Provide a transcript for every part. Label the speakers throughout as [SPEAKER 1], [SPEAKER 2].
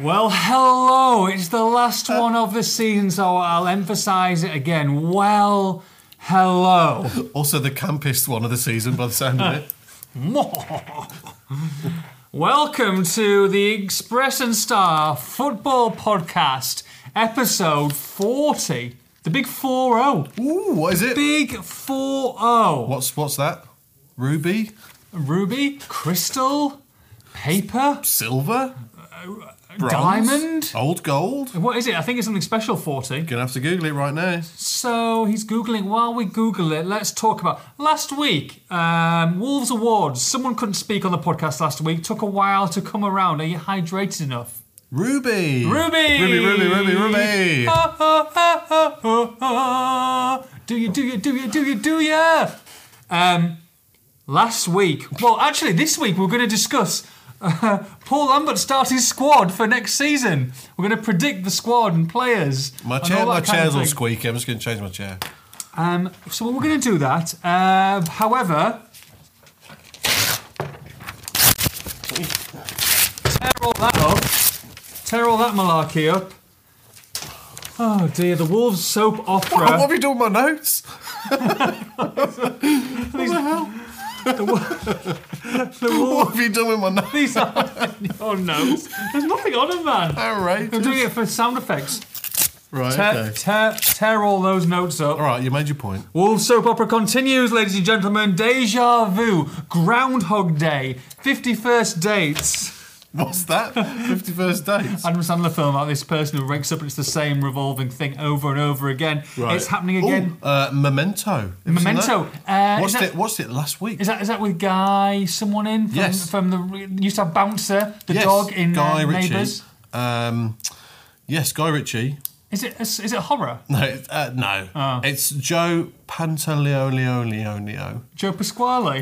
[SPEAKER 1] Well, hello. It's the last one of the season, so I'll emphasise it again. Well, hello.
[SPEAKER 2] Also, the campiest one of the season by the sound of it.
[SPEAKER 1] Welcome to the Express and Star Football Podcast, episode 40. The big 4 0.
[SPEAKER 2] Ooh, what is it?
[SPEAKER 1] Big 4 0.
[SPEAKER 2] What's what's that? Ruby,
[SPEAKER 1] Ruby, crystal, paper,
[SPEAKER 2] silver, Bronze?
[SPEAKER 1] diamond.
[SPEAKER 2] old gold.
[SPEAKER 1] What is it? I think it's something special 40.
[SPEAKER 2] Gonna have to Google it right now.
[SPEAKER 1] So he's googling. While we Google it, let's talk about last week. Um, Wolves awards. Someone couldn't speak on the podcast last week. Took a while to come around. Are you hydrated enough?
[SPEAKER 2] Ruby,
[SPEAKER 1] Ruby,
[SPEAKER 2] Ruby, Ruby, Ruby, Ruby.
[SPEAKER 1] Ah, ah, ah, ah, ah, ah. Do you? Do you? Do you? Do you? Do you? Um, last week. Well, actually, this week we're going to discuss. Uh, Paul Lambert starting squad for next season. We're going to predict the squad and players.
[SPEAKER 2] My
[SPEAKER 1] and
[SPEAKER 2] chair,
[SPEAKER 1] all that
[SPEAKER 2] my
[SPEAKER 1] kind of
[SPEAKER 2] chair's all
[SPEAKER 1] thing.
[SPEAKER 2] squeaky. I'm just gonna change my chair.
[SPEAKER 1] Um, so we're going to do that. Uh, however, tear all that up. Tear all that malarkey up. Oh dear, the Wolves soap
[SPEAKER 2] What, what
[SPEAKER 1] opera.
[SPEAKER 2] have you done with my notes?
[SPEAKER 1] The Wolves,
[SPEAKER 2] What have you done with my notes?
[SPEAKER 1] these are your notes. There's nothing on them, man.
[SPEAKER 2] All right,
[SPEAKER 1] I'm doing it for sound effects.
[SPEAKER 2] right.
[SPEAKER 1] Tear,
[SPEAKER 2] Okay.
[SPEAKER 1] tear, tear all those notes up.
[SPEAKER 2] All right, you made your point.
[SPEAKER 1] Wolves soap opera continues, ladies and gentlemen. Deja vu, Groundhog Day, 51st dates.
[SPEAKER 2] What's that? Fifty-first dates.
[SPEAKER 1] Adam Sandler film about this person who wakes up and it's the same revolving thing over and over again. It's happening again.
[SPEAKER 2] Ooh, uh, Memento. Have you seen
[SPEAKER 1] Memento. Uh,
[SPEAKER 2] that?
[SPEAKER 1] is,
[SPEAKER 2] Watched
[SPEAKER 1] that,
[SPEAKER 2] it. Watched it last week.
[SPEAKER 1] is that is that with Guy? Someone in from,
[SPEAKER 2] Yes.
[SPEAKER 1] from the re- used to have Bouncer, the
[SPEAKER 2] Yes,
[SPEAKER 1] dog in
[SPEAKER 2] Guy
[SPEAKER 1] uh,
[SPEAKER 2] Ritchie.
[SPEAKER 1] Neighbours.
[SPEAKER 2] Um, yes, Guy Ritchie.
[SPEAKER 1] Is it is it horror?
[SPEAKER 2] No, it's- uh, no.
[SPEAKER 1] Ah.
[SPEAKER 2] It's Joe Pantaleoneoneo.
[SPEAKER 1] Joe Pasquale.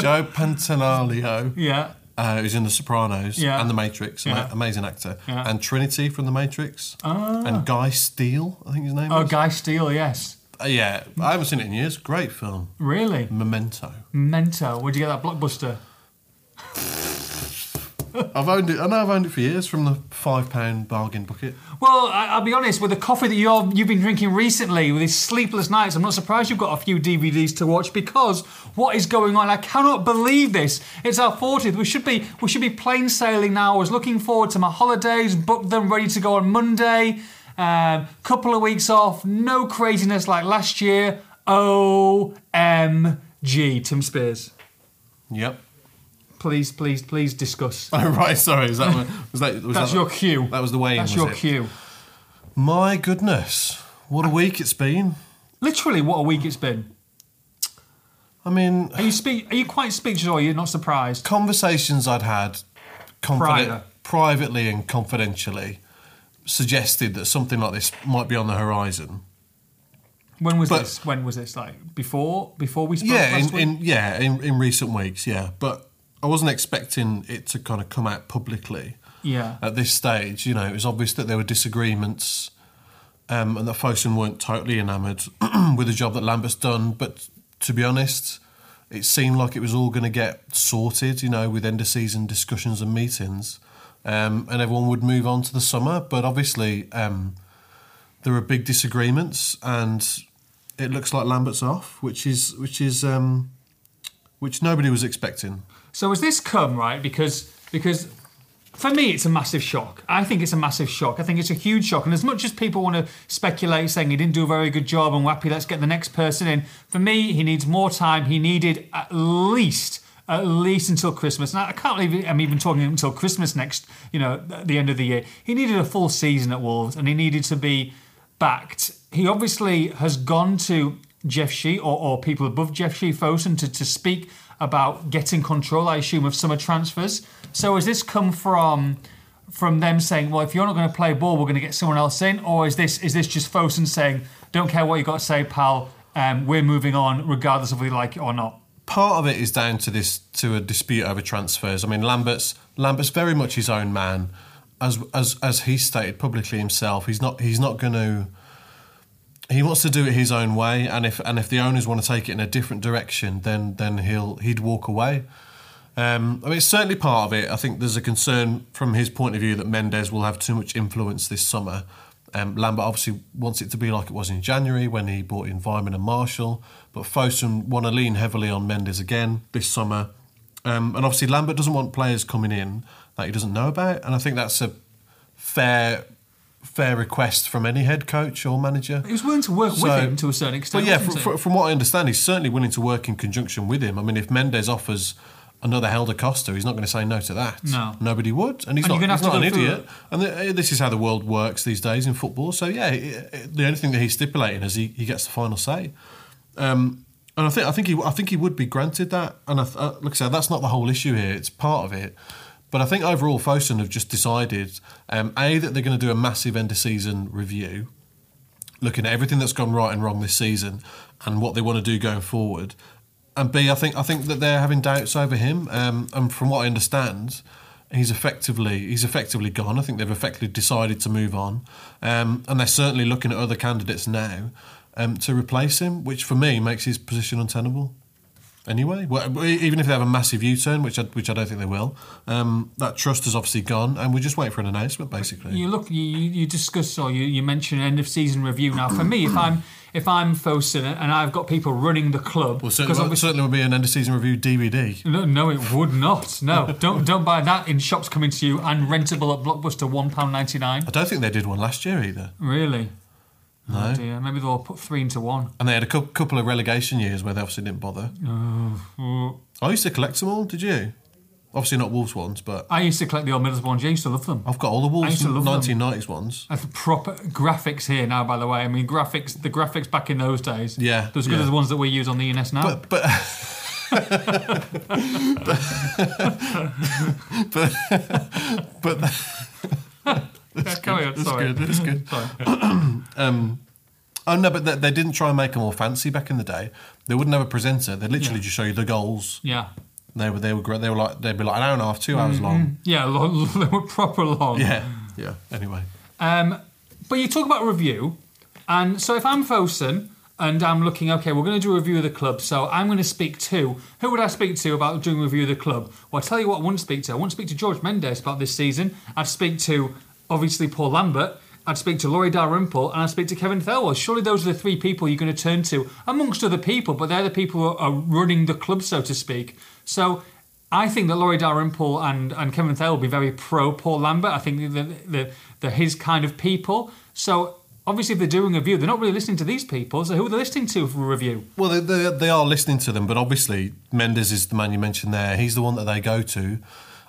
[SPEAKER 2] Joe Pantanaleo,
[SPEAKER 1] yeah.
[SPEAKER 2] uh, who's in The Sopranos
[SPEAKER 1] Yeah.
[SPEAKER 2] and The Matrix,
[SPEAKER 1] Yeah.
[SPEAKER 2] ama- amazing actor,
[SPEAKER 1] Yeah. Ah.
[SPEAKER 2] and Trinity from The Matrix, and Guy Steele, I think his name
[SPEAKER 1] Oh,
[SPEAKER 2] is.
[SPEAKER 1] Guy Steele. Yes.
[SPEAKER 2] Uh, yeah, I haven't seen it in years. Great film,
[SPEAKER 1] Really.
[SPEAKER 2] Memento.
[SPEAKER 1] Memento. Where'd you get that blockbuster?
[SPEAKER 2] I've owned it. I know I've owned it for years from the five pound bargain bucket.
[SPEAKER 1] Well, I, I'll be honest. With the coffee that you've you've been drinking recently, with these sleepless nights, I'm not surprised you've got a few DVDs to watch because what is going on? I cannot believe this. It's our 40th. We should be we should be plain sailing now. I was looking forward to my holidays, booked them, ready to go on Monday. Um, couple of weeks off, no craziness like last year. O M G. Tim Spears,
[SPEAKER 2] Yep.
[SPEAKER 1] please, please, please discuss.
[SPEAKER 2] Oh, right. Sorry. Is that what- was that? Was
[SPEAKER 1] That's
[SPEAKER 2] that,
[SPEAKER 1] your cue.
[SPEAKER 2] That was the way. in,
[SPEAKER 1] That's
[SPEAKER 2] was
[SPEAKER 1] your
[SPEAKER 2] it?
[SPEAKER 1] cue.
[SPEAKER 2] My goodness, what a week it's been.
[SPEAKER 1] Literally, what a week it's been.
[SPEAKER 2] I mean,
[SPEAKER 1] Are you speak? Are you quite speechless, or you're not surprised?
[SPEAKER 2] conversations I'd had confide-
[SPEAKER 1] Prior.
[SPEAKER 2] privately and confidentially suggested that something like this might be on the horizon.
[SPEAKER 1] When was
[SPEAKER 2] But-
[SPEAKER 1] this? When was this? Like before? Before we spoke
[SPEAKER 2] yeah,
[SPEAKER 1] last
[SPEAKER 2] in,
[SPEAKER 1] week?
[SPEAKER 2] in yeah, in, in recent weeks, yeah. But I wasn't expecting it to kind of come out publicly
[SPEAKER 1] yeah.
[SPEAKER 2] at this stage. You know, it was obvious that there were disagreements um, and that Fosun weren't totally enamoured with the job that Lambert's done. But to be honest, it seemed like it was all going to get sorted, you know, with end of season discussions and meetings. Um, and everyone would move on to the summer. But obviously, um, there are big disagreements and it looks like Lambert's off, which is, which is, um, which nobody was expecting.
[SPEAKER 1] So has this come right? Because because for me it's a massive shock. I think it's a massive shock. I think it's a huge shock. And as much as people want to speculate saying he didn't do a very good job and whappy, let's get the next person in. For me, he needs more time. He needed at least. At least until Christmas. Now I can't believe I'm even talking until Christmas next. You know, at the end of the year, he needed a full season at Wolves, and he needed to be backed. He obviously has gone to Jeff Shee or, or people above Jeff Shee Fosun to, to speak about getting control, I assume, of summer transfers. So has this come from from them saying, well, if you're not going to play ball, we're going to get someone else in, or is this is this just Fosun saying, don't care what you got to say, pal, um, we're moving on regardless of whether you like it or not?
[SPEAKER 2] part of it is down to this to a dispute over transfers. I mean, Lambert's Lambert's very much his own man, as as as he stated publicly himself. He's not he's not going to. He wants to do it his own way, and if and if the owners want to take it in a different direction, then then he'll he'd walk away. Um, I mean, it's certainly part of it. I think there's a concern from his point of view that Mendes will have too much influence this summer. Um, Lambert obviously wants it to be like it was in January when he brought in Vyman and Marshall, but Fosun want to lean heavily on Mendes again this summer. Um, and obviously, Lambert doesn't want players coming in that he doesn't know about, and I think that's a fair fair request from any head coach or manager.
[SPEAKER 1] He was willing to work with
[SPEAKER 2] So-
[SPEAKER 1] him to a certain extent.
[SPEAKER 2] But yeah,
[SPEAKER 1] wasn't
[SPEAKER 2] fr-
[SPEAKER 1] he?
[SPEAKER 2] fr- from what I understand, he's certainly willing to work in conjunction with him. I mean, if Mendes offers another Helder Costa, he's not going to say no to that.
[SPEAKER 1] No.
[SPEAKER 2] nobody would, and he's
[SPEAKER 1] And
[SPEAKER 2] not,
[SPEAKER 1] you're gonna
[SPEAKER 2] he's
[SPEAKER 1] have to
[SPEAKER 2] not an
[SPEAKER 1] go through
[SPEAKER 2] idiot. And th- this is how the world works these days in football. So yeah, i- i- the only thing that he's stipulating is he, he gets the final say. Um, and I think I think he I think he would be granted that. And I th- uh, like I said, that's not the whole issue here. It's part of it. But I think overall, Fosun have just decided um, a that they're going to do a massive end of season review, looking at everything that's gone right and wrong this season, and what they want to do going forward. And b I think I think that they're having doubts over him. Um, and from what I understand, he's effectively he's effectively gone. I think they've effectively decided to move on, um, and they're certainly looking at other candidates now um, to replace him, which for me makes his position untenable. Anyway, well, even if they have a massive U-turn, which I, which I don't think they will, um, that trust is obviously gone, and we're just waiting for an announcement, basically.
[SPEAKER 1] You look, you, you you discuss or you, you mention end of season review. Now, for me, if I'm if I'm Fosun and I've got people running the club,
[SPEAKER 2] well,
[SPEAKER 1] because
[SPEAKER 2] certainly, well,
[SPEAKER 1] obviously-
[SPEAKER 2] certainly will be an end-of-season review DVD.
[SPEAKER 1] No, no, it would not. No, don't don't buy that in shops coming to you and rentable at Blockbuster one pound ninety nine.
[SPEAKER 2] I don't think they did one last year either.
[SPEAKER 1] Really?
[SPEAKER 2] No.
[SPEAKER 1] Oh dear. Maybe they'll put three into one.
[SPEAKER 2] And they had a cou- couple of relegation years where they obviously didn't bother.
[SPEAKER 1] Oh.
[SPEAKER 2] I used to collect them all, did you? Obviously not Wolves ones, but
[SPEAKER 1] I used to collect the old Middlesbrough ones. I used to love them.
[SPEAKER 2] I've got all the
[SPEAKER 1] I used
[SPEAKER 2] Wolves
[SPEAKER 1] to love them.
[SPEAKER 2] 1990s ones.
[SPEAKER 1] I have proper graphics here now, by the way. I mean, graphics. The graphics back in those days.
[SPEAKER 2] Yeah,
[SPEAKER 1] They're as good
[SPEAKER 2] yeah.
[SPEAKER 1] as the ones that we use on the ENS now.
[SPEAKER 2] But but but but
[SPEAKER 1] Yeah, carry on.
[SPEAKER 2] that's
[SPEAKER 1] Sorry.
[SPEAKER 2] good. That's good.
[SPEAKER 1] Sorry.
[SPEAKER 2] Oh no, but they, they didn't try and make them all fancy back in the day. They wouldn't have a presenter. They'd literally
[SPEAKER 1] Yeah.
[SPEAKER 2] just show you the goals.
[SPEAKER 1] Yeah.
[SPEAKER 2] They were they were great. They were like they'd be like an hour and a half, two
[SPEAKER 1] Mm-hmm.
[SPEAKER 2] hours long.
[SPEAKER 1] Yeah. Lo- lo- they were proper long.
[SPEAKER 2] Yeah, yeah. Anyway,
[SPEAKER 1] Um, but you talk about review, and so if I'm Fosun and I'm looking, okay, we're going to do a review of the club, so I'm going to speak to who would I speak to about doing a review of the club? Well, I tell you what, I wouldn't speak to. I wouldn't speak to George Mendes about this season. I'd speak to obviously Paul Lambert. I'd speak to Laurie Dalrymple and I'd speak to Kevin Thelwell. Surely those are the three people you're going to turn to, amongst other people, but they're the people who are running the club, so to speak. So I think that Laurie Dalrymple and, and Kevin Thale will be very pro Paul Lambert. I think that they're, they're his kind of people. So obviously, if they're doing a review, they're not really listening to these people. So who are they listening to for a review?
[SPEAKER 2] well they, they they are listening to them, but obviously Mendes is the man you mentioned there. He's the one that they go to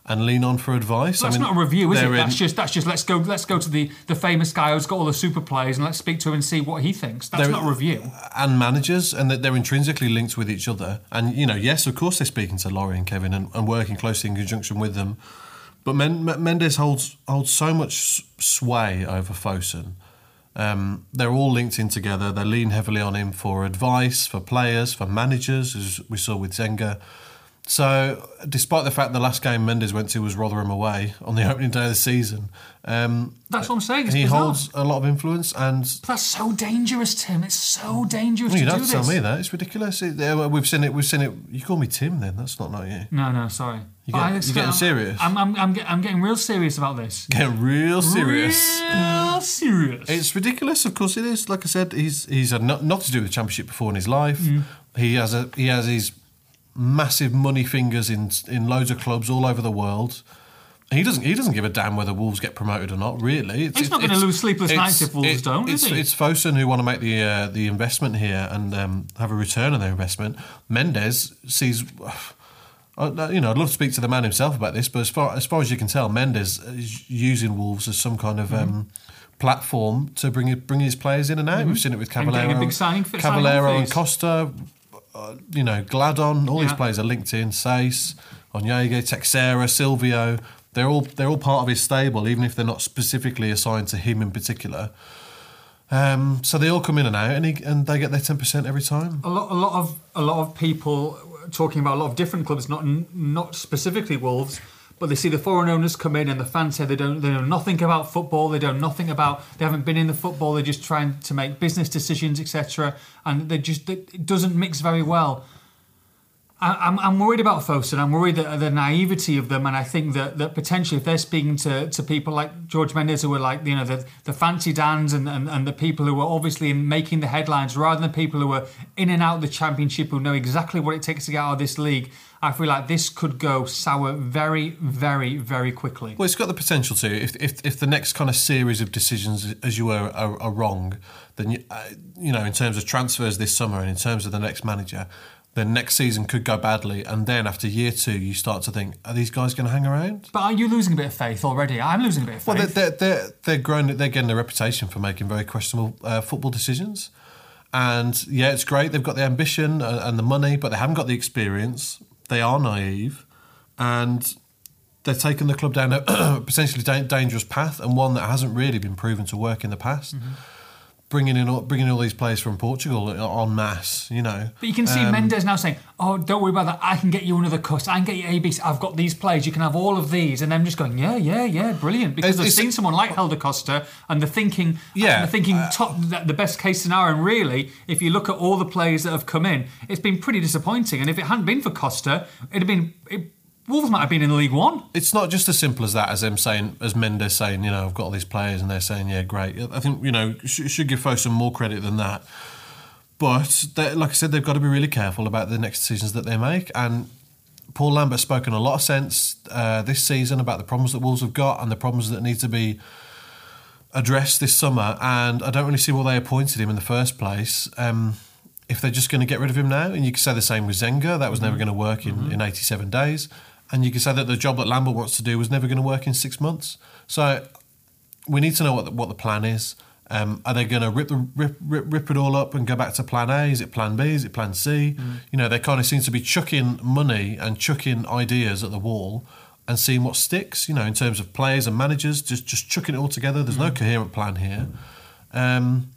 [SPEAKER 2] and lean on for advice.
[SPEAKER 1] That's not a review, is it?
[SPEAKER 2] they're
[SPEAKER 1] That's
[SPEAKER 2] in-
[SPEAKER 1] just that's just let's go let's go to the the famous guy who's got all the super players and let's speak to him and see what he thinks. That's
[SPEAKER 2] They're-
[SPEAKER 1] not a review.
[SPEAKER 2] and managers and that they're intrinsically linked with each other and you know yes of course they're speaking to Laurie and Kevin and, and working closely in conjunction with them but Men- M- Mendes holds holds so much s- sway over Fosun um, they're all linked in together they lean heavily on him for advice for players for managers as we saw with Zenga so despite the fact the last game Mendes went to was Rotherham away on the opening day of the season um,
[SPEAKER 1] That's what I'm saying. It's
[SPEAKER 2] he
[SPEAKER 1] bizarre.
[SPEAKER 2] holds a lot of influence and
[SPEAKER 1] But that's so dangerous, Tim. It's so dangerous
[SPEAKER 2] Well, you
[SPEAKER 1] to
[SPEAKER 2] don't
[SPEAKER 1] do
[SPEAKER 2] have to
[SPEAKER 1] this.
[SPEAKER 2] tell me that. It's ridiculous. It- uh, we've seen it. We've seen it. You call me Tim, then that's not like you.
[SPEAKER 1] No, no, sorry.
[SPEAKER 2] You
[SPEAKER 1] But
[SPEAKER 2] get-
[SPEAKER 1] I-
[SPEAKER 2] you're getting
[SPEAKER 1] I'm-
[SPEAKER 2] serious.
[SPEAKER 1] I'm, I'm, I'm, get- I'm getting real serious about this.
[SPEAKER 2] Get real serious.
[SPEAKER 1] Real serious.
[SPEAKER 2] It's ridiculous. Of course, it is. Like I said, he's he's had not, not to do with the championship before in his life.
[SPEAKER 1] Mm.
[SPEAKER 2] He has a he has his massive money fingers in in loads of clubs all over the world. He doesn't. He doesn't give a damn whether Wolves get promoted or not. Really, it's,
[SPEAKER 1] He's not gonna
[SPEAKER 2] it's-
[SPEAKER 1] lose sleepless
[SPEAKER 2] it's-
[SPEAKER 1] nights if Wolves
[SPEAKER 2] it-
[SPEAKER 1] don't, is
[SPEAKER 2] it's,
[SPEAKER 1] he?
[SPEAKER 2] It's Fosun who want to make the uh, the investment here and um, have a return on their investment. Mendes sees. I- You know, I'd love to speak to the man himself about this, but as far as far as you can tell, Mendes is using Wolves as some kind of
[SPEAKER 1] Mm-hmm.
[SPEAKER 2] um, platform to bring bring his players in and out. We've seen it with
[SPEAKER 1] And getting a
[SPEAKER 2] Caballero,
[SPEAKER 1] big signing for- signing
[SPEAKER 2] Caballero
[SPEAKER 1] fees.
[SPEAKER 2] and Costa. Uh, you know, Gladon, all these
[SPEAKER 1] Yeah.
[SPEAKER 2] players are linked in. Sace, Onyege, Texera, Silvio. They're all they're all part of his stable, even if they're not specifically assigned to him in particular. Um, so they all come in and out, and he, and they get their ten percent every time.
[SPEAKER 1] a lot, a lot of a lot of people talking about a lot of different clubs, not not specifically Wolves, but they see the foreign owners come in and the fans say they don't they know nothing about football, they don't nothing about they haven't been in the football, they're just trying to make business decisions, etc. And they just it doesn't mix very well. I, I'm, I'm worried about Fosun. I'm worried that the naivety of them, and I think that, that potentially if they're speaking to, to people like George Mendes, who are like you know the, the fancy dans and, and, and the people who are obviously making the headlines, rather than people who are in and out of the championship who know exactly what it takes to get out of this league. I feel like this could go sour very, very, very quickly.
[SPEAKER 2] Well, it's got the potential to. If if, if the next kind of series of decisions, as you were, are, are wrong, then you, uh, you know, in terms of transfers this summer and in terms of the next manager, then next season could go badly, and then after year two, you start to think, are these guys going to hang around?
[SPEAKER 1] But are you losing a bit of faith already? I'm losing a bit of faith.
[SPEAKER 2] Well, they're they're they're, they're growing. They're getting a reputation for making very questionable uh, football decisions. And yeah, it's great. They've got the ambition uh, and and the money, but they haven't got the experience they are naive and they're taking the club down a potentially da- dangerous path and one that hasn't really been proven to work in the past. Bringing in all, bringing all these players from Portugal en masse, you know.
[SPEAKER 1] But you can see
[SPEAKER 2] Um,
[SPEAKER 1] Mendes now saying, "Oh, don't worry about that. I can get you another cut. I can get you ABs. I've got these players. You can have all of these." And I'm just going, "Yeah, yeah, yeah, brilliant." Because
[SPEAKER 2] It's-
[SPEAKER 1] I've
[SPEAKER 2] it's-
[SPEAKER 1] seen someone like Helder Costa, and the thinking,
[SPEAKER 2] Yeah,
[SPEAKER 1] and the thinking
[SPEAKER 2] uh,
[SPEAKER 1] top the the best case scenario. And really, if you look at all the players that have come in, it's been pretty disappointing. And if it hadn't been for Costa, it'd have been it, Wolves might have been in League One.
[SPEAKER 2] it's not just as simple as that as them saying as Mendes saying you know I've got all these players and they're saying yeah great I think you know sh- should give Fosun more credit than that but they- like I said they've got to be really careful about the next decisions that they make and Paul Lambert's spoken a lot of sense uh, this season about the problems that Wolves have got and the problems that need to be addressed this summer and I don't really see why they appointed him in the first place um, if they're just going to get rid of him now and you could say the same with Zenga that was never going to work in, in 87 days and you could say that the job that Lambert wants to do was never going to work in six months so we need to know what the, what the plan is um, are they going to rip, the, rip, rip rip it all up and go back to plan A? Is it plan B? Is it plan C? You know, they kind of seem to be chucking money and chucking ideas at the wall and seeing what sticks, you know, in terms of players and managers, just, just chucking it all together. There's no coherent plan here. Um,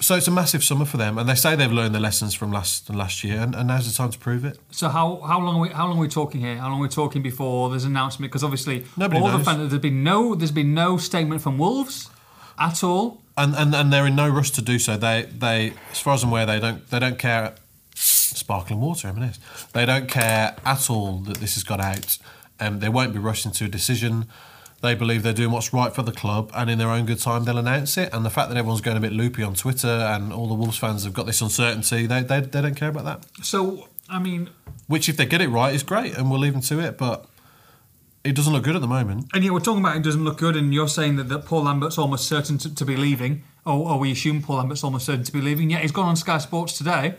[SPEAKER 2] so it's a massive summer for them. And they say they've learned the lessons from last last year, and, and now's the time to prove it.
[SPEAKER 1] So how how long are we how long are we talking here? How long are we talking before there's an announcement? Because obviously
[SPEAKER 2] Nobody
[SPEAKER 1] all the
[SPEAKER 2] knows.
[SPEAKER 1] fan, there's been no there's been no statement from Wolves at all.
[SPEAKER 2] and, and and they're in no rush to do so. They they as far as I'm aware, they don't they don't care. Sparkling water, M&S. They don't care at all that this has got out. Um, they won't be rushing to a decision. They believe they're doing what's right for the club, and in their own good time, they'll announce it. And the fact that everyone's going a bit loopy on Twitter and all the Wolves fans have got this uncertainty, they, they, they don't care about that.
[SPEAKER 1] So I mean,
[SPEAKER 2] Which, if they get it right, is great, and we'll leave them to it. But it doesn't look good at the moment.
[SPEAKER 1] and yeah, we're talking about it doesn't look good, and you're saying that, that Paul Lambert's almost certain to, to be leaving, or, or we assume Paul Lambert's almost certain to be leaving. Yet he's gone on Sky Sports today,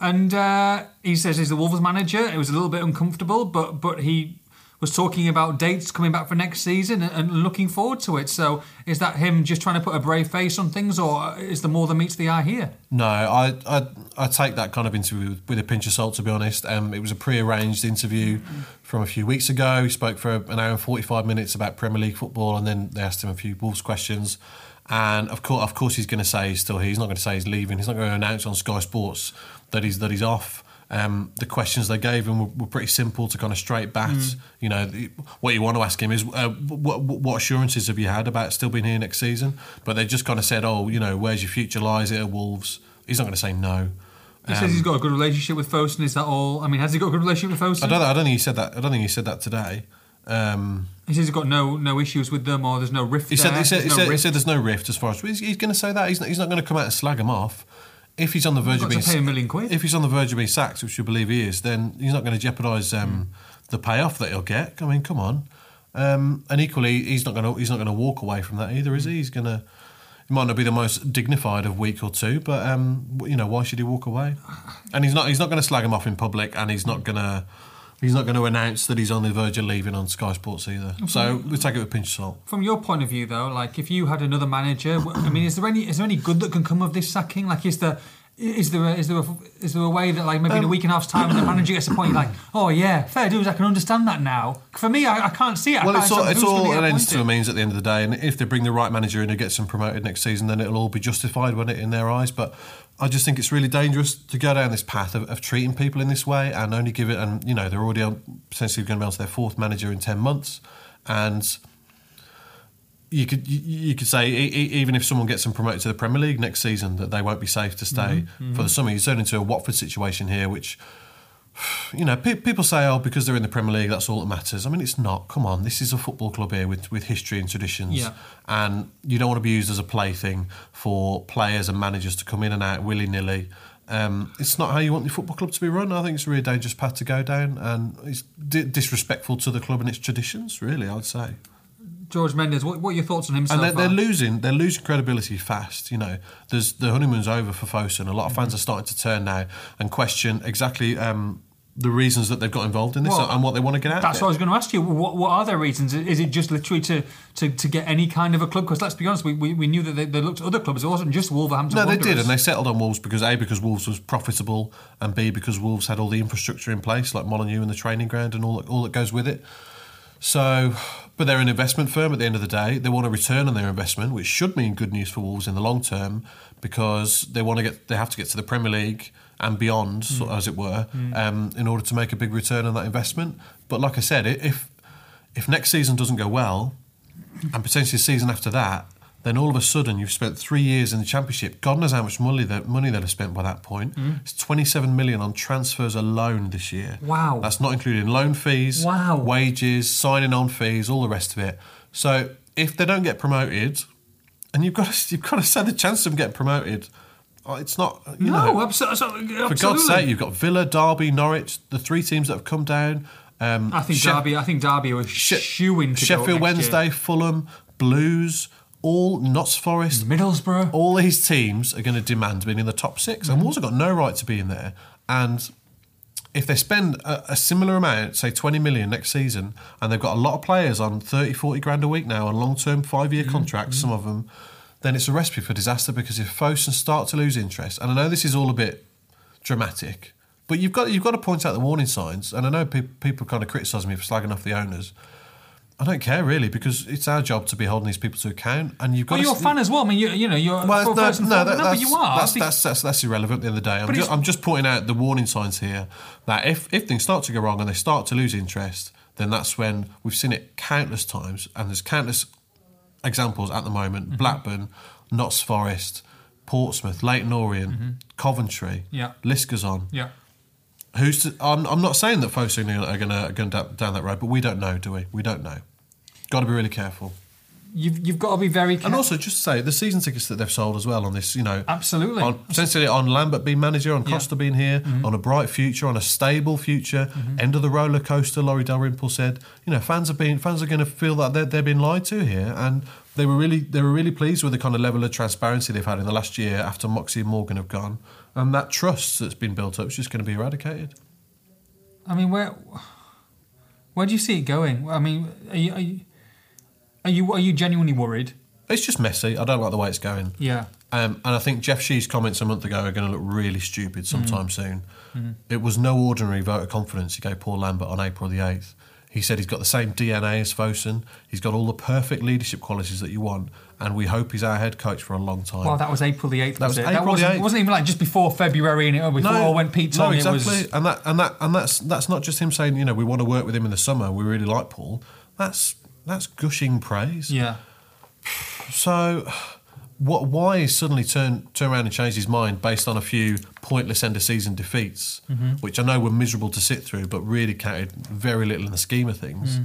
[SPEAKER 1] and uh, he says he's the Wolves manager. It was a little bit uncomfortable, but but he was talking about dates coming back for next season and, and looking forward to it. So is that him just trying to put a brave face on things, or is there more than meets the eye here?
[SPEAKER 2] No, I, I I take that kind of interview with, with a pinch of salt. To be honest, um, it was a pre-arranged interview from a few weeks ago. He spoke for an hour and forty-five minutes about Premier League football, and then they asked him a few Wolves questions. And of course, of course, he's going to say he's still here. He's not going to say he's leaving. He's not going to announce on Sky Sports that he's that he's off. Um, the questions they gave him were, were pretty simple to kind of straight bat.
[SPEAKER 1] Mm.
[SPEAKER 2] You know, the, what you want to ask him is uh, what, what assurances have you had about still being here next season? But they just kind of said, oh, you know, where's your future lies? It at Wolves. He's not going to say no.
[SPEAKER 1] He says
[SPEAKER 2] Um,
[SPEAKER 1] he's got a good relationship with Fosun. Is that all? I mean, has he got a good relationship with
[SPEAKER 2] I
[SPEAKER 1] Fosun?
[SPEAKER 2] don't. I don't think he said that. I don't think he said that today. Um,
[SPEAKER 1] He says he's got no no issues with them, or there's no rift.
[SPEAKER 2] he
[SPEAKER 1] there,
[SPEAKER 2] said. He said.
[SPEAKER 1] there's
[SPEAKER 2] He
[SPEAKER 1] no
[SPEAKER 2] said, he
[SPEAKER 1] rift.
[SPEAKER 2] said. There's no rift as far as he's, he's going to say that. He's not, he's not going to come out and slag him off. If he's on the verge
[SPEAKER 1] got
[SPEAKER 2] of
[SPEAKER 1] to
[SPEAKER 2] being
[SPEAKER 1] pay a million quid.
[SPEAKER 2] if he's on the verge of being sacked, which you believe he is, then he's not going to jeopardise um, the payoff that he'll get. I mean, come on. Um, and equally, he's not going to he's not going to walk away from that either, is he? He's going to. It might not be the most dignified of week or two, but um, w- you know why should he walk away? And he's not he's not going to slag him off in public, and he's not going to he's not going to announce that he's on the verge of leaving on Sky Sports either. So we take it with a pinch of salt.
[SPEAKER 1] From your point of view, though, like if you had another manager, w- I mean, is there any is there any good that can come of this sacking? Like, is there is there a, is there a, is there a way that like
[SPEAKER 2] Um,
[SPEAKER 1] maybe in a week and a half's time, when the manager gets appointed, like, oh yeah, fair dues, I can understand that now. For me, I, I can't see it. I
[SPEAKER 2] Well,
[SPEAKER 1] can't
[SPEAKER 2] it's all,
[SPEAKER 1] understand
[SPEAKER 2] it's
[SPEAKER 1] who's
[SPEAKER 2] all
[SPEAKER 1] gonna
[SPEAKER 2] an
[SPEAKER 1] get
[SPEAKER 2] ends to a
[SPEAKER 1] appointed.
[SPEAKER 2] means at the end of the day. And if they bring the right manager in who gets them promoted next season, then it'll all be justified, won't it, in their eyes? But I just think it's really dangerous to go down this path of, of treating people in this way and only give it. And you know, they're already on, potentially going to be on to their fourth manager in ten months, and you could you, you could say e- e- even if someone gets them promoted to the Premier League
[SPEAKER 1] Mm-hmm.
[SPEAKER 2] next season that they won't be safe to stay for the summer. You turn into a Watford situation here, which you know, pe- people say, oh, because they're in the Premier League, that's all that matters. I mean, it's not. Come on, this is a football club here with, with history and traditions.
[SPEAKER 1] Yeah.
[SPEAKER 2] And you don't want to be used as a plaything for players and managers to come in and out willy nilly. Um, it's not how you want your football club to be run. I think it's a really dangerous path to go down, and it's di- disrespectful to the club and its traditions. Really, I'd say.
[SPEAKER 1] George Mendes, what, what are your thoughts on him so
[SPEAKER 2] And they're,
[SPEAKER 1] far?
[SPEAKER 2] they're losing they're losing credibility fast. You know, there's the honeymoon's over for Fosun. A lot of fans are starting to turn now and question exactly um, the reasons that they've got involved in this
[SPEAKER 1] Well,
[SPEAKER 2] and what they want to get out.
[SPEAKER 1] That's what I
[SPEAKER 2] of
[SPEAKER 1] was
[SPEAKER 2] it.
[SPEAKER 1] going to ask you. What, what are their reasons? Is it just literally to, to, to get any kind of a club? Because let's be honest, we, we, we knew that they, they looked at other clubs. It wasn't just Wolverhampton.
[SPEAKER 2] No, they
[SPEAKER 1] Wanderers.
[SPEAKER 2] did, and they settled on Wolves because a because Wolves was profitable, and b because Wolves had all the infrastructure in place, like Molyneux and the training ground and all that, all that goes with it. So, but they're an investment firm at the end of the day. They want a return on their investment, which should mean good news for Wolves in the long term because they want to get they have to get to the Premier League and beyond, so- as it were, um, in order to make a big return on that investment. But like I said, i- if if next season doesn't go well, and potentially the season after that, then all of a sudden you've spent three years in the Championship. God knows how much money that money they'll have spent by that point.
[SPEAKER 1] Mm.
[SPEAKER 2] It's twenty seven million on transfers alone this year.
[SPEAKER 1] Wow.
[SPEAKER 2] that's not including loan fees,
[SPEAKER 1] Wow.
[SPEAKER 2] wages, signing on fees, all the rest of it. So if they don't get promoted, and you've got to, you've got to say the chance of them getting promoted, oh, it's not you
[SPEAKER 1] No,
[SPEAKER 2] know.
[SPEAKER 1] abso- abso- absolutely.
[SPEAKER 2] For God's sake, you've got Villa, Derby, Norwich, the three teams that have come down. Um,
[SPEAKER 1] I think
[SPEAKER 2] Shef-
[SPEAKER 1] Derby. I think Derby was
[SPEAKER 2] She-
[SPEAKER 1] shooing to go up
[SPEAKER 2] Sheffield
[SPEAKER 1] next
[SPEAKER 2] Wednesday, Fulham, Blues, all Notts Forest,
[SPEAKER 1] year. Middlesborough.
[SPEAKER 2] all these teams are going to demand being in the top 6
[SPEAKER 1] Mm-hmm.
[SPEAKER 2] and Wolves have got no right to be in there. And if they spend a, a similar amount, say 20 million next season, and they've got a lot of players on 30, 40 grand a week now on long term five
[SPEAKER 1] Mm-hmm.
[SPEAKER 2] year contracts, some of them, then it's a recipe for disaster because if Fosun start to lose interest, and I know this is all a bit dramatic. But you've got you've got to point out the warning signs, and I know pe- people kind of criticise me for slagging off the owners. I don't care really because it's our job to be holding these people to account, and you've got.
[SPEAKER 1] Well,
[SPEAKER 2] to
[SPEAKER 1] you're a fan as well. I mean, you, you know, you're
[SPEAKER 2] well,
[SPEAKER 1] for-
[SPEAKER 2] no,
[SPEAKER 1] first and
[SPEAKER 2] no,
[SPEAKER 1] foremost-
[SPEAKER 2] that,
[SPEAKER 1] no,
[SPEAKER 2] that's,
[SPEAKER 1] but you are.
[SPEAKER 2] That's,
[SPEAKER 1] Be-
[SPEAKER 2] that's, that's, that's irrelevant at the end of the day. I'm,
[SPEAKER 1] But
[SPEAKER 2] just,
[SPEAKER 1] it's-
[SPEAKER 2] I'm just pointing out the warning signs here that if, if things start to go wrong and they start to lose interest, then that's when we've seen it countless times, and there's countless examples at the moment
[SPEAKER 1] Mm-hmm.
[SPEAKER 2] Blackburn, Notts Forest, Portsmouth, Leighton Orient, Coventry.
[SPEAKER 1] Mm-hmm. Yeah.
[SPEAKER 2] List goes on.
[SPEAKER 1] yeah.
[SPEAKER 2] Who's to, I'm, I'm not saying that Fosun are going to go down down that road, but we don't know, do we? We don't know. Got to be really careful.
[SPEAKER 1] You've, you've got to be very careful.
[SPEAKER 2] And also, just to say, the season tickets that they've sold as well on this, you know,
[SPEAKER 1] Absolutely.
[SPEAKER 2] on, essentially on Lambert being manager, on
[SPEAKER 1] Yeah.
[SPEAKER 2] Costa being here, on a bright future, on a stable future, end of the roller coaster. Laurie Dalrymple said, you know, fans have been fans are going to feel that they're, they're being lied to here, and they were really they were really pleased with the kind of level of transparency they've had in the last year after Moxie and Morgan have gone, and that trust that's been built up is just going to be eradicated.
[SPEAKER 1] I mean, where where do you see it going? I mean, are you are you are you, are you genuinely worried?
[SPEAKER 2] It's just messy. I don't like the way it's going.
[SPEAKER 1] Yeah.
[SPEAKER 2] Um, and I think Jeff Shee's comments a month ago are going to look really
[SPEAKER 1] Mm.
[SPEAKER 2] stupid sometime soon.
[SPEAKER 1] Mm-hmm.
[SPEAKER 2] It was no ordinary vote of confidence he gave Paul Lambert on April the 8th. He said he's got the same DNA as Fosun, he's got all the perfect leadership qualities that you want, and we hope he's our head coach for a long time.
[SPEAKER 1] Well, that was April the eighth.
[SPEAKER 2] That was
[SPEAKER 1] it?
[SPEAKER 2] April
[SPEAKER 1] that
[SPEAKER 2] the
[SPEAKER 1] wasn't,
[SPEAKER 2] 8th.
[SPEAKER 1] It wasn't even like just before February and it, or before no, when Pete told
[SPEAKER 2] no,
[SPEAKER 1] me
[SPEAKER 2] exactly.
[SPEAKER 1] it was.
[SPEAKER 2] And that and that and that's that's not just him saying, you know, we want to work with him in the summer, we really like Paul. That's that's gushing praise.
[SPEAKER 1] Yeah.
[SPEAKER 2] So, what? Why is suddenly turn turn around and change his mind based on a few pointless end of season defeats, which I know were miserable to sit through, but really counted very little in the scheme of things.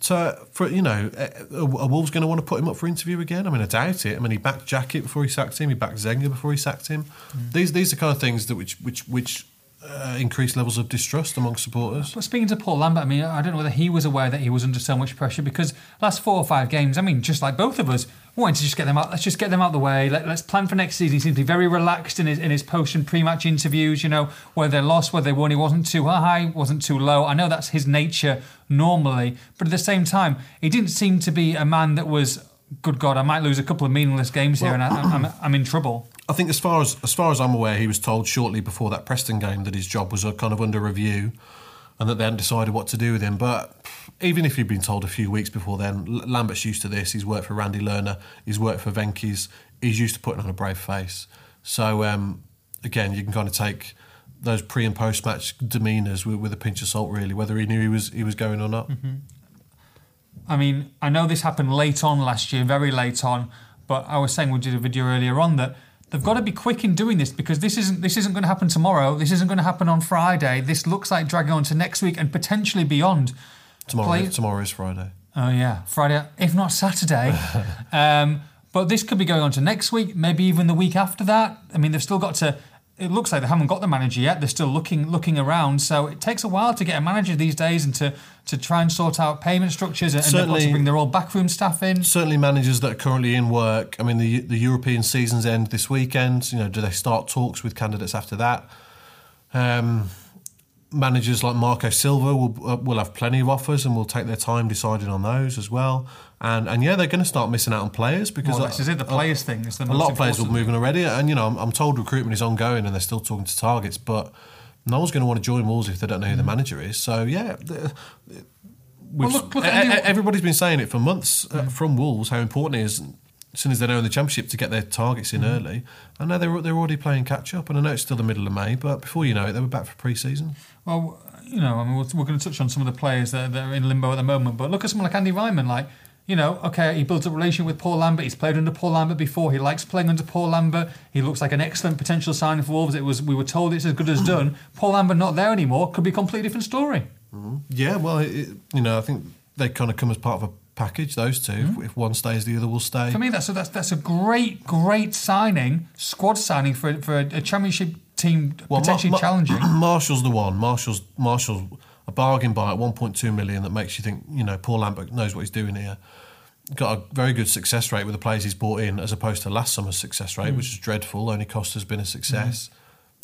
[SPEAKER 2] So, for you know, eh, are are Wolves going to want to put him up for interview again? I mean, I doubt it. I mean, he backed Jacket before he sacked him. He backed Zenga before he sacked him. These these are kind of things that which which which uh, increase levels of distrust among supporters.
[SPEAKER 1] But speaking to Paul Lambert, I mean, I don't know whether he was aware that he was under so much pressure because last four or five games, I mean, just like both of us, we wanted to just get them out. Let's just get them out of the way. Let, let's plan for next season. He seemed to be very relaxed in his in his post and pre match interviews. You know, whether they lost, whether they won, he wasn't too high, wasn't too low. I know that's his nature normally, but at the same time, he didn't seem to be a man that was. Good God, I might lose a couple of meaningless games here, and I, I'm, I'm in trouble.
[SPEAKER 2] I think as far as as far as I'm aware, he was told shortly before that Preston game that his job was uh, kind of under review, and that they hadn't decided what to do with him. But even if he'd been told a few weeks before then, L- Lambert's used to this. He's worked for Randy Lerner. He's worked for Venkis. He's used to putting on a brave face. So um, again, you can kind of take those pre and post match demeanours with, with a pinch of salt, really, whether he knew he was he was going or not.
[SPEAKER 1] I mean, I know this happened late on last year, very late on, but I was saying we did a video earlier on that the They've got to be quick in doing this because this isn't this isn't going to happen tomorrow. This isn't going to happen on Friday. This looks like dragging on to next week and potentially beyond.
[SPEAKER 2] Tomorrow,
[SPEAKER 1] Play-
[SPEAKER 2] tomorrow is Friday.
[SPEAKER 1] Oh yeah, Friday, if not Saturday. um, but this could be going on to next week, maybe even the week after that. I mean, they've still got to. It looks like they haven't got the manager yet. They're still looking looking around. So it takes a while to get a manager these days, and to to try and sort out payment structures, and they've got to
[SPEAKER 2] Certainly-
[SPEAKER 1] bring their old backroom staff in.
[SPEAKER 2] Certainly, managers that are currently in work. I mean, the the European seasons end this weekend. You know, do they start talks with candidates after that? Um, managers like Marco Silva will uh, will have plenty of offers and will take their time deciding on those as well. And and yeah, they're going to start missing out on players because
[SPEAKER 1] Well, this is it. The players thing is the
[SPEAKER 2] a
[SPEAKER 1] most
[SPEAKER 2] lot of players will
[SPEAKER 1] important.
[SPEAKER 2] move in already. And you know, I'm, I'm told recruitment is ongoing and they're still talking to targets, but. No one's going to want to join Wolves if they don't know who the manager is. So yeah, the-
[SPEAKER 1] Well,
[SPEAKER 2] We've-
[SPEAKER 1] look, look
[SPEAKER 2] e-
[SPEAKER 1] at
[SPEAKER 2] e-
[SPEAKER 1] Andy-
[SPEAKER 2] everybody's been saying it for months uh, from Wolves how important it is as soon as they know in the Championship to get their targets in early. I know they're they're already playing catch up, and I know it's still the middle of May, but before you know it, they were back for pre-season.
[SPEAKER 1] Well, you know, I mean, we're, we're going to touch on some of the players that, that are in limbo at the moment, but look at someone like Andy Ryman. Like, you know, okay, he builds a relation with Paul Lambert. He's played under Paul Lambert before. He likes playing under Paul Lambert. He looks like an excellent potential signing for Wolves. It was we were told it's as good as done. Paul Lambert not there anymore could be a completely different story.
[SPEAKER 2] Yeah, well, it, it- you know, I think they kind of come as part of a package. Those 2 If, if one stays, the other will stay.
[SPEAKER 1] For me, that's a, that's that's a great great signing, squad signing for for a, a championship team
[SPEAKER 2] Well, Ma-
[SPEAKER 1] potentially
[SPEAKER 2] Ma-
[SPEAKER 1] challenging.
[SPEAKER 2] Marshall's the one. Marshall's Marshall's a bargain buy at 1.2 million that makes you think you know Paul Lambert knows what he's doing here. Got a very good success rate with the players he's brought in, as opposed to last summer's success rate,
[SPEAKER 1] Mm.
[SPEAKER 2] which is dreadful. Only cost has been a success.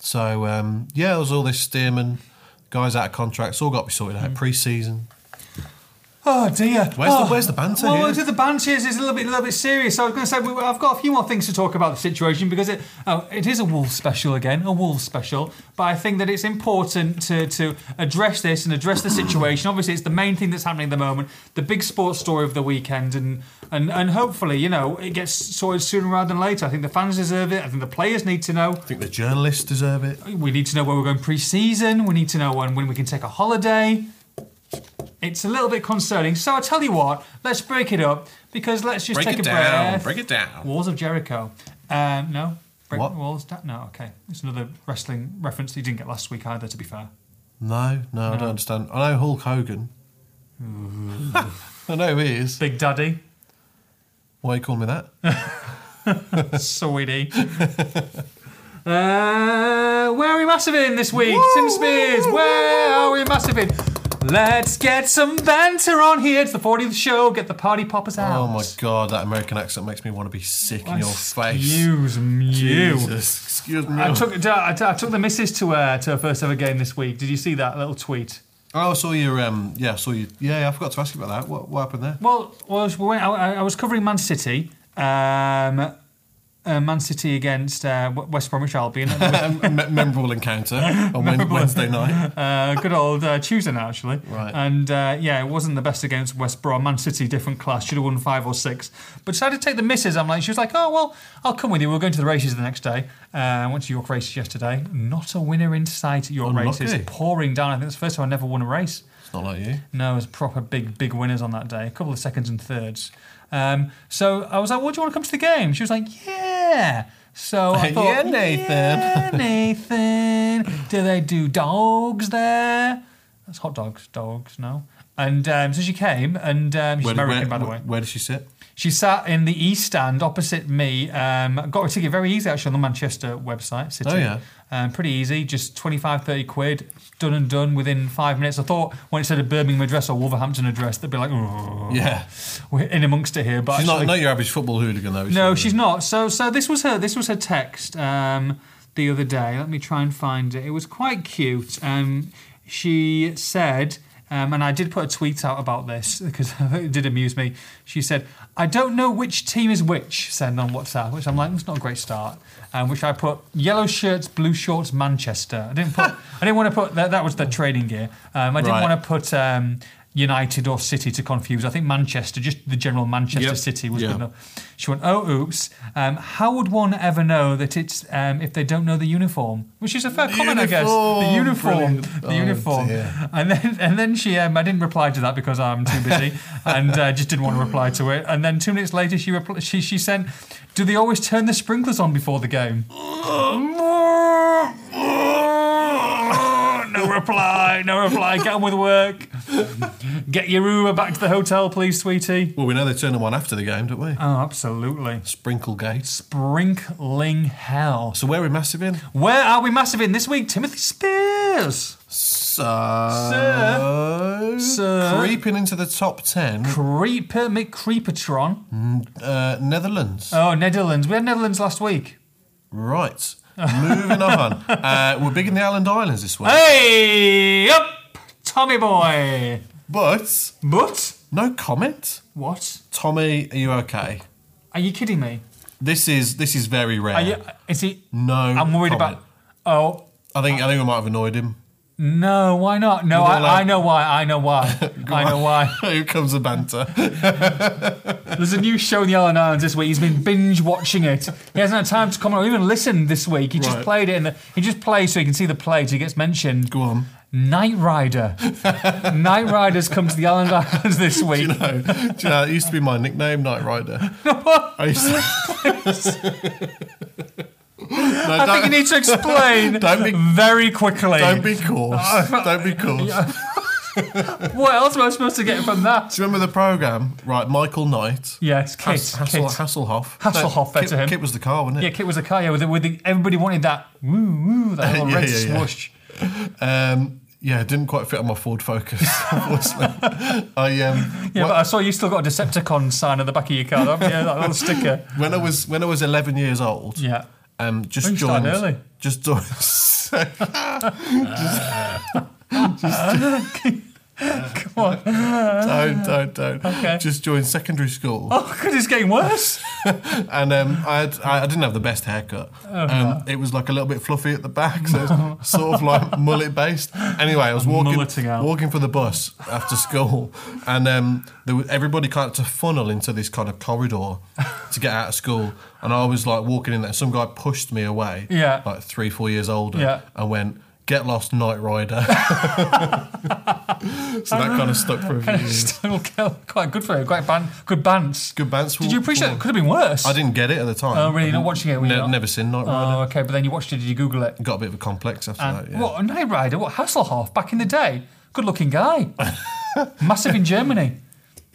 [SPEAKER 2] So um, yeah, there was all this Stearman, guys out of contracts, all got to be sorted
[SPEAKER 1] Mm.
[SPEAKER 2] out pre-season.
[SPEAKER 1] Oh dear.
[SPEAKER 2] Where's
[SPEAKER 1] oh.
[SPEAKER 2] the- where's the banter
[SPEAKER 1] Well,
[SPEAKER 2] here?
[SPEAKER 1] well, the banter is, is a little bit, a little bit serious. So I was going to say we, I've got a few more things to talk about the situation because it, oh, it is a wolf special again, a wolf special. But I think that it's important to to address this and address the situation. Obviously, it's the main thing that's happening at the moment, the big sports story of the weekend, and and and hopefully, you know, it gets sorted sooner rather than later. I think the fans deserve it. I think the players need to know
[SPEAKER 2] I think the journalists deserve it.
[SPEAKER 1] we need to know where we're going pre-season. We need to know when, when we can take a holiday. It's a little bit concerning. So I tell you what, let's break it up because let's just
[SPEAKER 2] Break
[SPEAKER 1] take
[SPEAKER 2] it
[SPEAKER 1] a
[SPEAKER 2] down,
[SPEAKER 1] breath.
[SPEAKER 2] break it down.
[SPEAKER 1] Walls of Jericho. Um, no. Break
[SPEAKER 2] What?
[SPEAKER 1] the walls down. No. Okay. It's another wrestling reference that you didn't get last week either. To be fair.
[SPEAKER 2] No, no, I don't understand. I know Hulk Hogan.
[SPEAKER 1] Mm-hmm.
[SPEAKER 2] I know who he is.
[SPEAKER 1] Big Daddy,
[SPEAKER 2] Why are you calling me that?
[SPEAKER 1] sweetie. Uh, where are we massive in this week? Tim Spears, where are we massive in? Let's get some banter on here. It's the 40th show. Get the party poppers out.
[SPEAKER 2] Oh my god, that American accent makes me want to be sick in your face.
[SPEAKER 1] Excuse you.
[SPEAKER 2] Jesus, excuse me.
[SPEAKER 1] I took I, took- I took the missus to uh, to her first ever game this week. Did you see that little tweet?
[SPEAKER 2] oh, I saw your um, yeah, I saw you. Yeah, yeah, I forgot to ask you about that. What, what happened there?
[SPEAKER 1] Well, well we went, I, I was covering Man City. Um, uh, Man City against uh, W- West Bromwich Albion.
[SPEAKER 2] A me- memorable encounter on Wen- Wednesday night.
[SPEAKER 1] uh, good old uh, Tuesday night, actually.
[SPEAKER 2] Right.
[SPEAKER 1] And uh, yeah, it wasn't the best against West Brom. Man City, different class, should have won five or six. But decided to take the misses. I'm like, she was like, oh, well, I'll come with you. We're going to the races the next day. Uh, I went to York races yesterday. Not a winner in sight at York
[SPEAKER 2] Unlucky.
[SPEAKER 1] races. Pouring down. I think that's the first time I never won a race.
[SPEAKER 2] It's not like you.
[SPEAKER 1] No, it was proper big, big winners on that day. A couple of seconds and thirds. Um, so I was like, "What do you want to come to the game?" She was like, "Yeah." So I
[SPEAKER 2] Yeah,
[SPEAKER 1] thought,
[SPEAKER 2] Nathan.
[SPEAKER 1] "Yeah, Nathan. Do they do dogs there? That's hot dogs. Dogs, no." And um, so she came, and um, she's American, by the way.
[SPEAKER 2] Where did she sit?
[SPEAKER 1] She sat in the east stand opposite me. Um, got a ticket very easy actually on the Manchester website. City.
[SPEAKER 2] Oh, yeah.
[SPEAKER 1] Um, pretty easy, just 25, 30 quid, done and done within five minutes. I thought when it said a Birmingham address or Wolverhampton address, they'd be like, "Oh,
[SPEAKER 2] Yeah,
[SPEAKER 1] we're in amongst it here. But
[SPEAKER 2] she's not,
[SPEAKER 1] actually-
[SPEAKER 2] not your average football hooligan though. is
[SPEAKER 1] no,
[SPEAKER 2] she?
[SPEAKER 1] she's not. So, so this was her. This was her text um, the other day. Let me try and find it. It was quite cute. Um, she said, um, and I did put a tweet out about this because it did amuse me. She said, "I don't know which team is which." Send on WhatsApp, which I'm like, that's not a great start. Um, which I put yellow shirts, blue shorts, Manchester. I didn't put. I didn't want to put that. That was the training gear. Um, I didn't
[SPEAKER 2] Right.
[SPEAKER 1] want to put. Um, United or City to confuse. I think Manchester, just the general Manchester
[SPEAKER 2] Yep.
[SPEAKER 1] City was
[SPEAKER 2] Yeah.
[SPEAKER 1] good enough. She went, oh, oops. Um, how would one ever know that it's um, if they don't know the uniform? Which is a fair comment, I guess. The
[SPEAKER 2] uniform,
[SPEAKER 1] uniform,
[SPEAKER 2] brilliant.
[SPEAKER 1] the
[SPEAKER 2] Oh,
[SPEAKER 1] uniform.
[SPEAKER 2] dear.
[SPEAKER 1] And then, and then she, um, I didn't reply to that because I'm too busy, and uh, just didn't want to reply to it. And then two minutes later, she repl- she she sent, "Do they always turn the sprinklers on before the game?" no reply, no reply. Get on with work. Get your Uber back to the hotel, please, sweetie.
[SPEAKER 2] Well, we know they turn them on after the game, don't we?
[SPEAKER 1] Oh, absolutely.
[SPEAKER 2] Sprinkle gates.
[SPEAKER 1] Sprinkling hell.
[SPEAKER 2] So where are we massive in?
[SPEAKER 1] Where are we massive in this week? Timothy Spears.
[SPEAKER 2] So,
[SPEAKER 1] Sir.
[SPEAKER 2] creeping into the top ten,
[SPEAKER 1] Creeper McCreepertron.
[SPEAKER 2] uh, Netherlands.
[SPEAKER 1] Oh, Netherlands. We had Netherlands last week.
[SPEAKER 2] Right, moving on. Uh, we're big in the Island Islands this week,
[SPEAKER 1] Hey, up, Tommy boy.
[SPEAKER 2] but
[SPEAKER 1] But
[SPEAKER 2] no comment.
[SPEAKER 1] what?
[SPEAKER 2] Tommy, are you okay?
[SPEAKER 1] Are you kidding me?
[SPEAKER 2] This is this is very rare.
[SPEAKER 1] Are you? Is he?
[SPEAKER 2] no,
[SPEAKER 1] I'm worried
[SPEAKER 2] comment.
[SPEAKER 1] about. Oh
[SPEAKER 2] I think I think we might have annoyed him.
[SPEAKER 1] no! Why not? No,
[SPEAKER 2] You're
[SPEAKER 1] I,
[SPEAKER 2] all out.
[SPEAKER 1] I know why. I know why. I know why.
[SPEAKER 2] Here comes the banter.
[SPEAKER 1] There's a new show in the Island Islands this week. He's been binge watching it. He hasn't had time to comment or even listen this week. He just
[SPEAKER 2] Right.
[SPEAKER 1] played it, and he just plays so he can see the play. So he gets mentioned.
[SPEAKER 2] Go on.
[SPEAKER 1] Night Rider. Night Riders come to the Island Islands this week.
[SPEAKER 2] No, do you know, it used to be my nickname, Night Rider. I used to. No,
[SPEAKER 1] I think you need to explain
[SPEAKER 2] Don't be-
[SPEAKER 1] very quickly.
[SPEAKER 2] Don't be coarse.
[SPEAKER 1] Oh,
[SPEAKER 2] Don't be coarse.
[SPEAKER 1] What else am I supposed to get from that?
[SPEAKER 2] Do you remember the program? Right, Michael Knight.
[SPEAKER 1] Yes, Kit.
[SPEAKER 2] Hass- Hassel,
[SPEAKER 1] Kit.
[SPEAKER 2] Hasselhoff.
[SPEAKER 1] Hasselhoff, better
[SPEAKER 2] Kit,
[SPEAKER 1] him.
[SPEAKER 2] Kit was the car, wasn't
[SPEAKER 1] Yeah,
[SPEAKER 2] it?
[SPEAKER 1] Kit was a car. Yeah, with, the, with the, everybody wanted that. Woo, woo, that little
[SPEAKER 2] Yeah,
[SPEAKER 1] red
[SPEAKER 2] yeah, yeah.
[SPEAKER 1] swoosh.
[SPEAKER 2] Yeah. Um, yeah, it didn't quite fit on my Ford Focus. Unfortunately, I um,
[SPEAKER 1] Yeah,
[SPEAKER 2] wh-
[SPEAKER 1] but I saw you still got a Decepticon sign on the back of your car. That, yeah, that little sticker.
[SPEAKER 2] when I was when I was 11 years old,
[SPEAKER 1] Yeah.
[SPEAKER 2] um, just
[SPEAKER 1] Oh, you
[SPEAKER 2] joined,
[SPEAKER 1] started early.
[SPEAKER 2] just joined. just,
[SPEAKER 1] Come on.
[SPEAKER 2] don't, don't, don't.
[SPEAKER 1] Okay.
[SPEAKER 2] Just joined secondary school.
[SPEAKER 1] Oh, God, it's getting worse.
[SPEAKER 2] and um, I, had, I I didn't have the best haircut.
[SPEAKER 1] Oh,
[SPEAKER 2] um, It was like a little bit fluffy at the back, so it's sort of like mullet based. Anyway, I was walking
[SPEAKER 1] mulleting out.
[SPEAKER 2] walking for the bus after school, and um, there was, everybody kind of to funnel into this kind of corridor to get out of school, and I was like walking in there. Some guy pushed me away,
[SPEAKER 1] Yeah.
[SPEAKER 2] like three four years older,
[SPEAKER 1] Yeah.
[SPEAKER 2] and went. Get lost, Night Rider. so that kind of stuck for a few years.
[SPEAKER 1] Still quite good for you. Quite ban- good bants.
[SPEAKER 2] Good bands.
[SPEAKER 1] Did you appreciate it? Could have been worse.
[SPEAKER 2] Oh, I didn't get it at the time.
[SPEAKER 1] Oh, really? Not watching it? were you
[SPEAKER 2] Ne-
[SPEAKER 1] not?
[SPEAKER 2] never seen Night Rider.
[SPEAKER 1] Oh, okay. But then you watched it. Did you Google it?
[SPEAKER 2] Got a bit of a complex after
[SPEAKER 1] And
[SPEAKER 2] that. Yeah.
[SPEAKER 1] What, a Knight Rider? What, Hasselhoff back in the day? Good looking guy. Massive in Germany.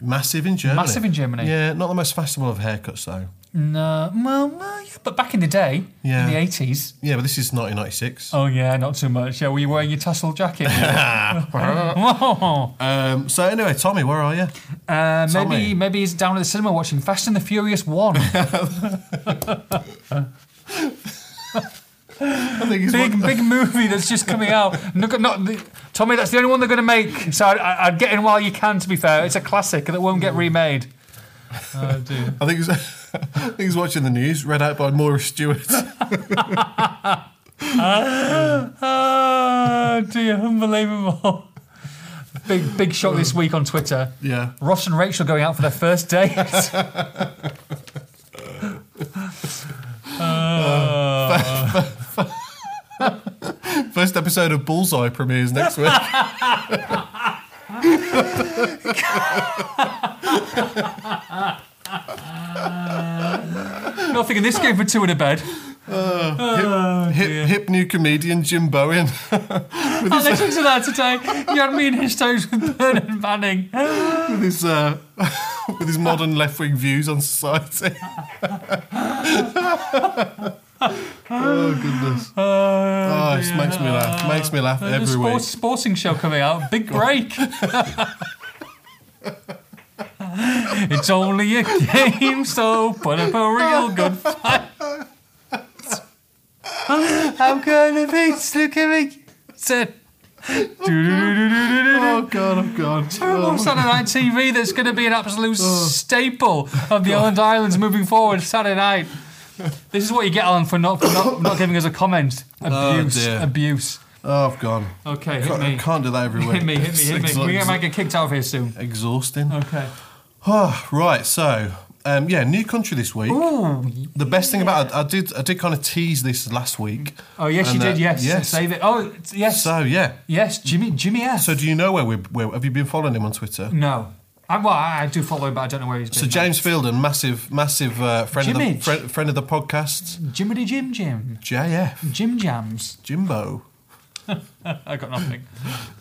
[SPEAKER 2] Massive in Germany.
[SPEAKER 1] Massive in Germany.
[SPEAKER 2] Yeah, not the most fashionable of haircuts though.
[SPEAKER 1] No, well, well, yeah, but back in the day,
[SPEAKER 2] Yeah.
[SPEAKER 1] in the 80s.
[SPEAKER 2] Yeah, but this is 1996.
[SPEAKER 1] Oh, yeah, not too much. Yeah, were you wearing your tassel jacket? Oh. Whoa.
[SPEAKER 2] Um, so anyway, Tommy, where are you?
[SPEAKER 1] Uh, maybe,
[SPEAKER 2] Tommy.
[SPEAKER 1] maybe he's down at the cinema watching Fast and the Furious 1.
[SPEAKER 2] I think he's
[SPEAKER 1] big, big movie that's just coming out. Not, not the, Tommy, that's the only one they're going to make. So I'd, I'd get in while you can, to be fair. It's a classic that won't get remade. Oh, dear.
[SPEAKER 2] I think he's, I think he's watching the news, read out by Maura Stewart.
[SPEAKER 1] Oh dear, unbelievable. Big big shock this week on Twitter.
[SPEAKER 2] yeah.
[SPEAKER 1] Ross and Rachel going out for their first date. Uh,
[SPEAKER 2] First episode of Bullseye premieres next week.
[SPEAKER 1] nothing in this game for two in a bed.
[SPEAKER 2] hip, hip new comedian Jim Bowen.
[SPEAKER 1] I listened to that today. You had me in hysterics with Bernard Manning.
[SPEAKER 2] with his uh, with his modern left wing views on society. oh goodness!
[SPEAKER 1] Oh,
[SPEAKER 2] Oh, it just makes
[SPEAKER 1] Ah.
[SPEAKER 2] me laugh. Makes me laugh
[SPEAKER 1] There's a
[SPEAKER 2] every week.
[SPEAKER 1] Uh, sports, sporting show coming out. Big break. it's only a game, so put up a real good fight. I'm gonna beat Slukavik. Said.
[SPEAKER 2] Oh god! Oh god!
[SPEAKER 1] Terrible Saturday night TV that's going to be an absolute staple of the Island Islands moving forward Saturday night. This is what you get, Alan, for not for not, not giving us a comment. Abuse,
[SPEAKER 2] dear.
[SPEAKER 1] abuse.
[SPEAKER 2] Oh, I've gone.
[SPEAKER 1] Okay, hit
[SPEAKER 2] Can't-
[SPEAKER 1] me.
[SPEAKER 2] Can't do that every week.
[SPEAKER 1] Hit me, hit me, hit me.
[SPEAKER 2] It's
[SPEAKER 1] We're
[SPEAKER 2] like-
[SPEAKER 1] going to get kicked out of here soon.
[SPEAKER 2] Exhausting.
[SPEAKER 1] Okay.
[SPEAKER 2] Oh, right, so um, yeah, new country this week.
[SPEAKER 1] Ooh.
[SPEAKER 2] The best thing about it, I did, I did kind of tease this last week.
[SPEAKER 1] Oh, yes, you
[SPEAKER 2] And, uh,
[SPEAKER 1] did, yes.
[SPEAKER 2] yes.
[SPEAKER 1] Save it. Oh, it's- yes.
[SPEAKER 2] So yeah.
[SPEAKER 1] yes, Jimmy, Jimmy S.
[SPEAKER 2] So do you know where we? Where have you been following him on Twitter?
[SPEAKER 1] no. I, well, I I do follow him, but I don't know where he's been.
[SPEAKER 2] So James Fielden, massive, massive uh, friend of
[SPEAKER 1] Jimmy.
[SPEAKER 2] the friend, friend of the podcast,
[SPEAKER 1] Jiminy Jim Jim.
[SPEAKER 2] JF
[SPEAKER 1] Jim Jams.
[SPEAKER 2] Jimbo,
[SPEAKER 1] I got nothing.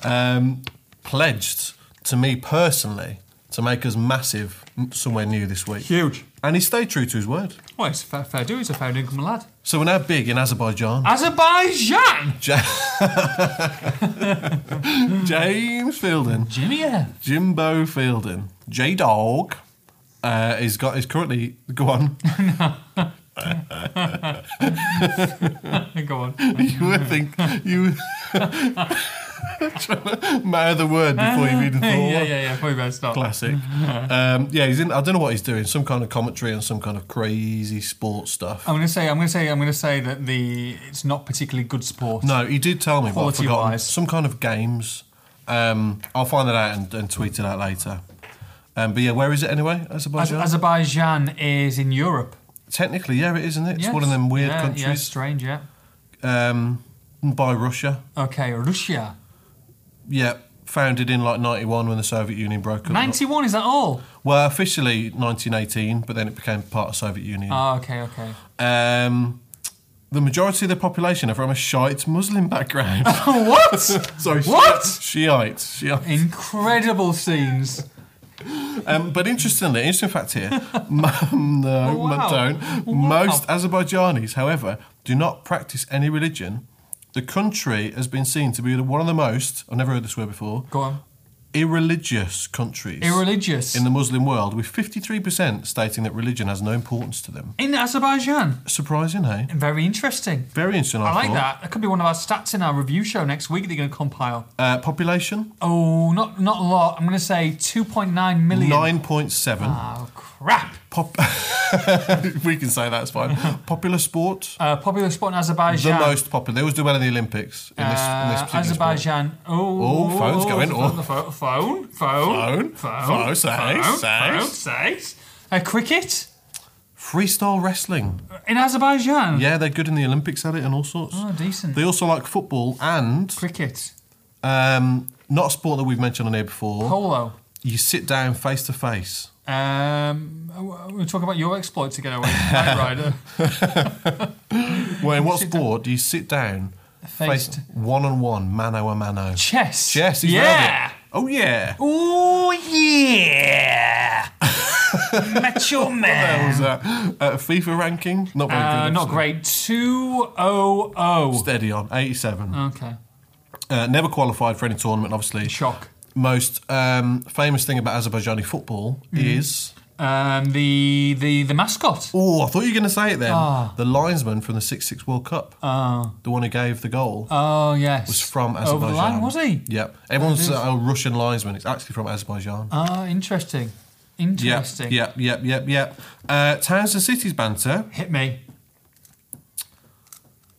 [SPEAKER 2] um, pledged to me personally to make us massive n- somewhere new this week,
[SPEAKER 1] Huge.
[SPEAKER 2] and he stayed true to his word.
[SPEAKER 1] Well, it's fair, fair do. He's a fair income lad.
[SPEAKER 2] So we're now big in Azerbaijan.
[SPEAKER 1] Azerbaijan!
[SPEAKER 2] Ja-
[SPEAKER 1] Mm.
[SPEAKER 2] James Fielden,
[SPEAKER 1] Jimmy S.
[SPEAKER 2] Jimbo Fielden, J Dog, uh, is got is currently go on.
[SPEAKER 1] Go on.
[SPEAKER 2] you would think you trying to mouth the word before you read the full
[SPEAKER 1] yeah, yeah,
[SPEAKER 2] one.
[SPEAKER 1] yeah. Probably better stop.
[SPEAKER 2] Classic. Um, yeah, he's in. I don't know what he's doing. Some kind of commentary on some kind of crazy sports stuff.
[SPEAKER 1] I'm gonna say, I'm gonna say, I'm gonna say that the it's not particularly good sport.
[SPEAKER 2] No, he did tell me, but I've
[SPEAKER 1] Quality-wise.
[SPEAKER 2] forgotten. Some kind of games. Um, I'll find that out and, and tweet it out later. Um, but yeah, where is it anyway?
[SPEAKER 1] Az-
[SPEAKER 2] Azerbaijan.
[SPEAKER 1] Azerbaijan is in Europe.
[SPEAKER 2] Technically, yeah, it is, isn't it? It's one
[SPEAKER 1] Yes.
[SPEAKER 2] of them weird
[SPEAKER 1] yeah, Yeah,
[SPEAKER 2] countries
[SPEAKER 1] strange. Yeah.
[SPEAKER 2] um, by Russia.
[SPEAKER 1] Okay, Russia.
[SPEAKER 2] Yeah, founded in like '91 when the Soviet Union broke up.
[SPEAKER 1] Ninety-one. Is that all?
[SPEAKER 2] Well, officially 1918, but then it became part of Soviet Union.
[SPEAKER 1] Oh, okay, okay.
[SPEAKER 2] Um, the majority of the population are from a Shiite Muslim background.
[SPEAKER 1] what?
[SPEAKER 2] Sorry,
[SPEAKER 1] What?
[SPEAKER 2] Shiite, Shiite.
[SPEAKER 1] Incredible scenes.
[SPEAKER 2] Um, but interestingly, interesting fact here. mo- no,
[SPEAKER 1] Oh, wow.
[SPEAKER 2] don't.
[SPEAKER 1] Wow.
[SPEAKER 2] Most Azerbaijanis, however, do not practice any religion. The country has been seen to be the- one of the most, I've never heard this word before,
[SPEAKER 1] Go on.
[SPEAKER 2] irreligious countries
[SPEAKER 1] Irreligious.
[SPEAKER 2] in the Muslim world, with 53% stating that religion has no importance to them.
[SPEAKER 1] in Azerbaijan.
[SPEAKER 2] Surprising, eh?
[SPEAKER 1] Very interesting.
[SPEAKER 2] Very interesting.
[SPEAKER 1] I like
[SPEAKER 2] thought.
[SPEAKER 1] that. That could be one of our stats in our review show next week. That you're going to compile.
[SPEAKER 2] Uh, population
[SPEAKER 1] Oh, not not a lot. I'm going to say 2.9 million.
[SPEAKER 2] nine point seven.
[SPEAKER 1] Oh crap!
[SPEAKER 2] Pop. we can say that's fine. Popular sport.
[SPEAKER 1] Uh, popular sport in
[SPEAKER 2] The
[SPEAKER 1] Azerbaijan.
[SPEAKER 2] most popular. They always do well in the Olympics. In this, in this
[SPEAKER 1] Uh,
[SPEAKER 2] particular
[SPEAKER 1] Azerbaijan. Oh,
[SPEAKER 2] Oh, phone's going
[SPEAKER 1] pho-
[SPEAKER 2] off.
[SPEAKER 1] the pho- Phone, phone,
[SPEAKER 2] Phone,
[SPEAKER 1] phone,
[SPEAKER 2] phone, say,
[SPEAKER 1] phone,
[SPEAKER 2] say.
[SPEAKER 1] phone, say. Uh, cricket
[SPEAKER 2] Sport. Freestyle wrestling.
[SPEAKER 1] in Azerbaijan.
[SPEAKER 2] Yeah, they're good in the Olympics at it and all sorts.
[SPEAKER 1] Oh, decent.
[SPEAKER 2] They also like football and
[SPEAKER 1] cricket,
[SPEAKER 2] um, not a sport that we've mentioned on here before.
[SPEAKER 1] polo.
[SPEAKER 2] You sit down face to face.
[SPEAKER 1] Um, we- we're talking about your exploit to get away. Knight Rider.
[SPEAKER 2] Well, in what
[SPEAKER 1] Sit
[SPEAKER 2] sport do you sit down
[SPEAKER 1] Face
[SPEAKER 2] face
[SPEAKER 1] to-
[SPEAKER 2] one on one, mano a mano?
[SPEAKER 1] Chess.
[SPEAKER 2] Chess. He's
[SPEAKER 1] yeah.
[SPEAKER 2] Round it. Oh yeah.
[SPEAKER 1] Oh yeah. Macho
[SPEAKER 2] What was
[SPEAKER 1] man.
[SPEAKER 2] that? Uh, FIFA ranking? Not very
[SPEAKER 1] Uh,
[SPEAKER 2] good.
[SPEAKER 1] not
[SPEAKER 2] obviously.
[SPEAKER 1] great. Two oh oh.
[SPEAKER 2] Steady on, 87.
[SPEAKER 1] Okay.
[SPEAKER 2] Uh, never qualified for any tournament, obviously.
[SPEAKER 1] Shock.
[SPEAKER 2] Most um, famous thing about Azerbaijani football
[SPEAKER 1] Mm-hmm.
[SPEAKER 2] is.
[SPEAKER 1] Um, the the the mascot.
[SPEAKER 2] Oh, I thought you were going to say it then.
[SPEAKER 1] Ah.
[SPEAKER 2] The linesman from the 6 6 World Cup, the one who gave the goal,
[SPEAKER 1] Oh yes,
[SPEAKER 2] was from Azerbaijan.
[SPEAKER 1] Ah. Over the line, was he?
[SPEAKER 2] Yep. Everyone's a Russian linesman. It's actually from Azerbaijan.
[SPEAKER 1] Ah, interesting,
[SPEAKER 2] Yep,
[SPEAKER 1] interesting.
[SPEAKER 2] yep, yep, yep, yep. Uh, towns and cities banter.
[SPEAKER 1] Hit me.